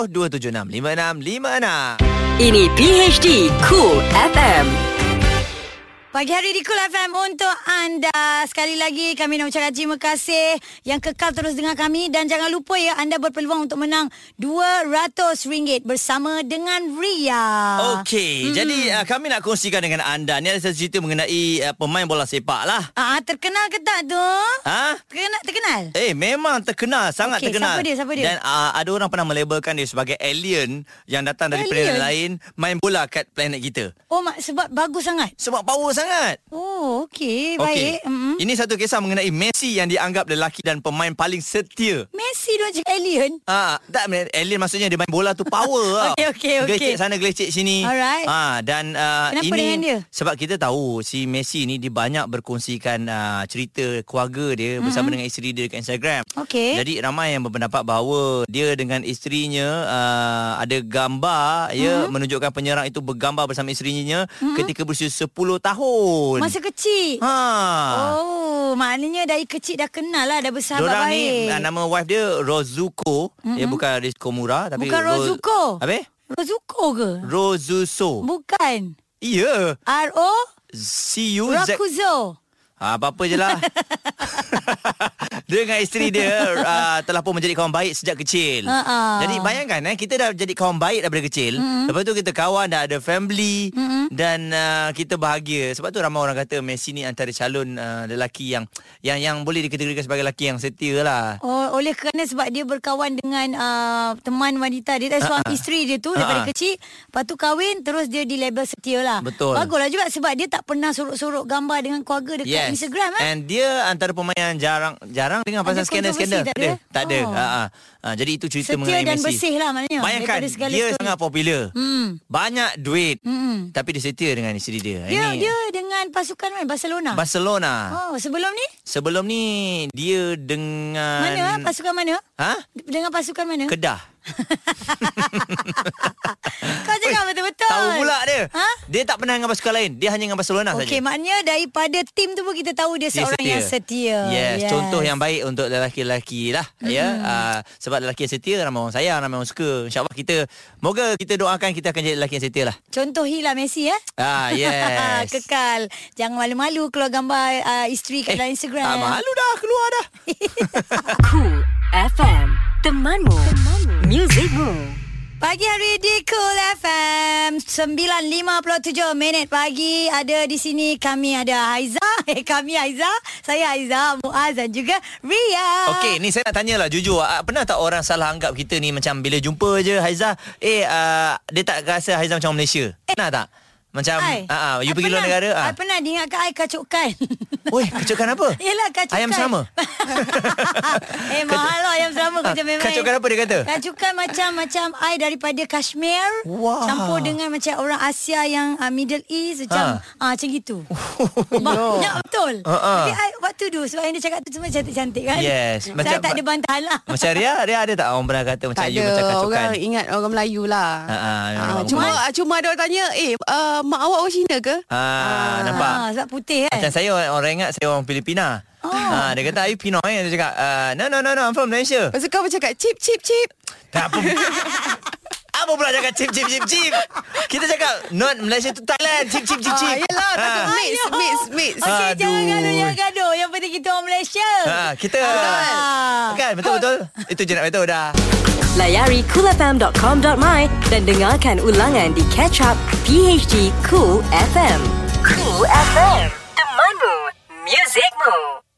B: 0172765656
C: Ini PHD Cool FM
A: Pagi hari di Kul FM untuk anda. Sekali lagi kami nak ucapkan terima kasih yang kekal terus dengar kami dan jangan lupa ya anda berpeluang untuk menang RM200 bersama dengan Ria.
B: Okey, mm-hmm. jadi uh, kami nak kongsikan dengan anda. Ni ada satu cerita mengenai uh, pemain bola sepak lah.
A: Ah, terkenal ke tak tu?
B: Ha?
A: Terkenal, terkenal?
B: Eh memang terkenal Sangat
A: Okey,
B: terkenal
A: siapa dia, siapa dia?
B: Dan uh, ada orang pernah melabelkan dia Sebagai alien Yang datang dari
A: Alien?
B: planet lain Main bola kat planet kita
A: Oh, mak, sebab bagus sangat.
B: Sebab power sangat
A: Oh, okey.
B: Okey.
A: Baik. Okay. Mm-hmm.
B: Ini satu kisah mengenai Messi Yang dianggap lelaki dan pemain paling setia
A: Messi tu cakap alien.
B: Ah, tak alien maksudnya dia main bola tu
A: [LAUGHS]
B: power tau.
A: Okey, okey, okey.
B: Gelecek sana gelecek sini.
A: Alright.
B: Ah, dan uh,
A: Kenapa
B: ini
A: dengan dia?
B: sebab kita tahu si Messi ni dia banyak berkongsikan uh, cerita keluarga dia mm-hmm. bersama dengan isteri dia dekat Instagram.
A: Okey.
B: Jadi ramai yang berpendapat bahawa dia dengan isterinya uh, ada gambar ya
A: Hmm?
B: menunjukkan penyerang itu bergambar bersama isterinya ketika berusia 10 tahun.
A: Masa kecil.
B: ha.
A: Oh, maknanya dari kecil dah kenal lah, dah bersahabat
B: Dorang
A: baik.
B: ni uh, nama wife dia Rozuko, mm-hmm. ya bukan Rizko Mura tapi
A: Bukan Rozuko.
B: Apa?
A: Rozuko ke?
B: Rozuso.
A: Bukan.
B: Ya.
A: R-O
B: C U Z.
A: Rakuzo.
B: Ha, apa-apa je
A: [LAUGHS]
B: lah. dia dengan isteri dia uh, telah pun menjadi kawan baik sejak kecil.
A: Ha-ha.
B: Jadi bayangkan eh kita dah jadi kawan baik daripada kecil. Mm-hmm. Lepas tu kita kawan dah ada family mm-hmm. dan uh, kita bahagia. Sebab tu ramai orang kata Messi ni antara calon uh, lelaki yang yang yang boleh dikategorikan sebagai lelaki yang setia lah.
A: Oh, oleh kerana sebab dia berkawan dengan uh, teman wanita dia, eh,
B: Ah,
A: suami isteri dia tu daripada
B: Ha-ha.
A: kecil. Lepas tu kahwin, terus dia dilabel setia lah.
B: Betul.
A: Baguslah juga sebab dia tak pernah sorok-sorok gambar dengan keluarga dekat Instagram. Eh?
B: And dia antara pemain yang jarang jarang dengan
A: Ada
B: pasal skandal-skandal.
A: kontroversi, tak ada?
B: Tak ada.
A: Oh.
B: Ha, ha. ha jadi itu cerita
A: Setia
B: mengenai
A: dan
B: Messi.
A: bersih lah maknanya,
B: Bayangkan
A: daripada segala
B: dia
A: story.
B: sangat popular.
A: Hmm.
B: Banyak duit.
A: Mm-mm.
B: Tapi dia setia dengan isteri dia.
A: Dia,
B: Ini
A: dia dengan pasukan kan Barcelona.
B: Barcelona.
A: oh, sebelum ni
B: Sebelum ni dia dengan
A: mana ah, pasukan mana?
B: Ha?
A: Dengan pasukan mana?
B: Kedah.
A: Kau cakap betul-betul.
B: Tahu pula dia.
A: Ha?
B: Dia tak pernah dengan pasukan lain. Dia hanya dengan Barcelona saja.
A: Okey, maknanya daripada tim tu pun kita tahu dia,
B: Dia
A: seorang yang setia.
B: Yes, yes, contoh yang baik untuk lelaki-lelaki lah. Mm-hmm. Ya, uh, sebab lelaki yang setia ramai orang sayang, ramai orang suka. Insya-Allah kita moga kita doakan kita akan jadi lelaki yang setia lah.
A: Contohilah Messi ya. [LAUGHS]
B: Ah, yes.
A: Kekal. Jangan malu-malu keluar gambar uh, isteri kat dalam Instagram.
B: Eh, Tak malu dah keluar dah.
C: Cool FM. Temanmu. Temanmu. Musicmu.
A: Pagi hari di Cool FM 9.57 minit pagi Ada di sini kami ada Haiza [LAUGHS] Eh kami Haiza Saya Haiza Muaz dan juga Ria
B: Okey, ni saya nak tanyalah jujur. Uh, pernah tak orang salah anggap kita ni macam bila jumpa je Haiza, eh uh, dia tak rasa Haiza macam orang Malaysia. Pernah tak? Macam
A: Ai,
B: ah uh, you
A: I
B: pergi luar
A: pernah-
B: negara ah.
A: I pernah Ya. diingatkan kan? I kacukan [LAUGHS]
B: Oi, kecokan apa?
A: Yelah kacukan
B: Ayam sama.
A: [LAUGHS] Eh mahal lah ayam sama Kerja memang
B: Kacukan apa dia kata?
A: Kacukan macam-macam I daripada Kashmir
B: Wah.
A: Campur dengan macam orang Asia yang uh, Middle East Macam
B: Ah.
A: ha. uh, macam
B: [LAUGHS]
A: gitu
B: Oh.
A: Banyak betul
B: Ha, ha.
A: Tapi I what to do Sebab yang dia cakap tu semua cantik-cantik kan
B: Yes.
A: Saya
B: Macam-
A: tak ada bantahan lah
B: Macam Ria, Ria ada tak orang pernah kata macam
E: Tak
B: you macam
E: ada
B: kacukan?
E: Orang ingat orang Melayu lah
A: Ah,
B: Ha, ha,
E: Ha,
B: orang
E: Cuma
B: perempuan.
E: cuma ada orang tanya Eh uh, mak awak orang Cina ke?
B: Ha, nampak.
A: ha, Sebab putih kan
B: Macam saya orang, orang ingat saya orang Filipina. Oh. Ha, dia kata, are you Pinoy? Dia cakap, uh, no, no, no, no, I'm from Malaysia.
E: Lepas tu kau bercakap Cip cip cip
B: Tak apa. Apa pula cakap cip, cip, cip, cip? Kita cakap, not Malaysia to Thailand. Cip, cip, cip, cip.
E: Ah, yelah, takut
B: Ha.
E: mix, mix, mix.
A: Okay
B: Aduh.
A: jangan gaduh Jangan gaduh Yang penting kita orang Malaysia
B: Ha, kita
A: Ah.
B: Kan betul-betul Itu je nak betul dah
C: Layari coolfm.com.my dan dengarkan ulangan di Catch Up PHD Cool FM. Cool FM. Temanmu. Musicmu.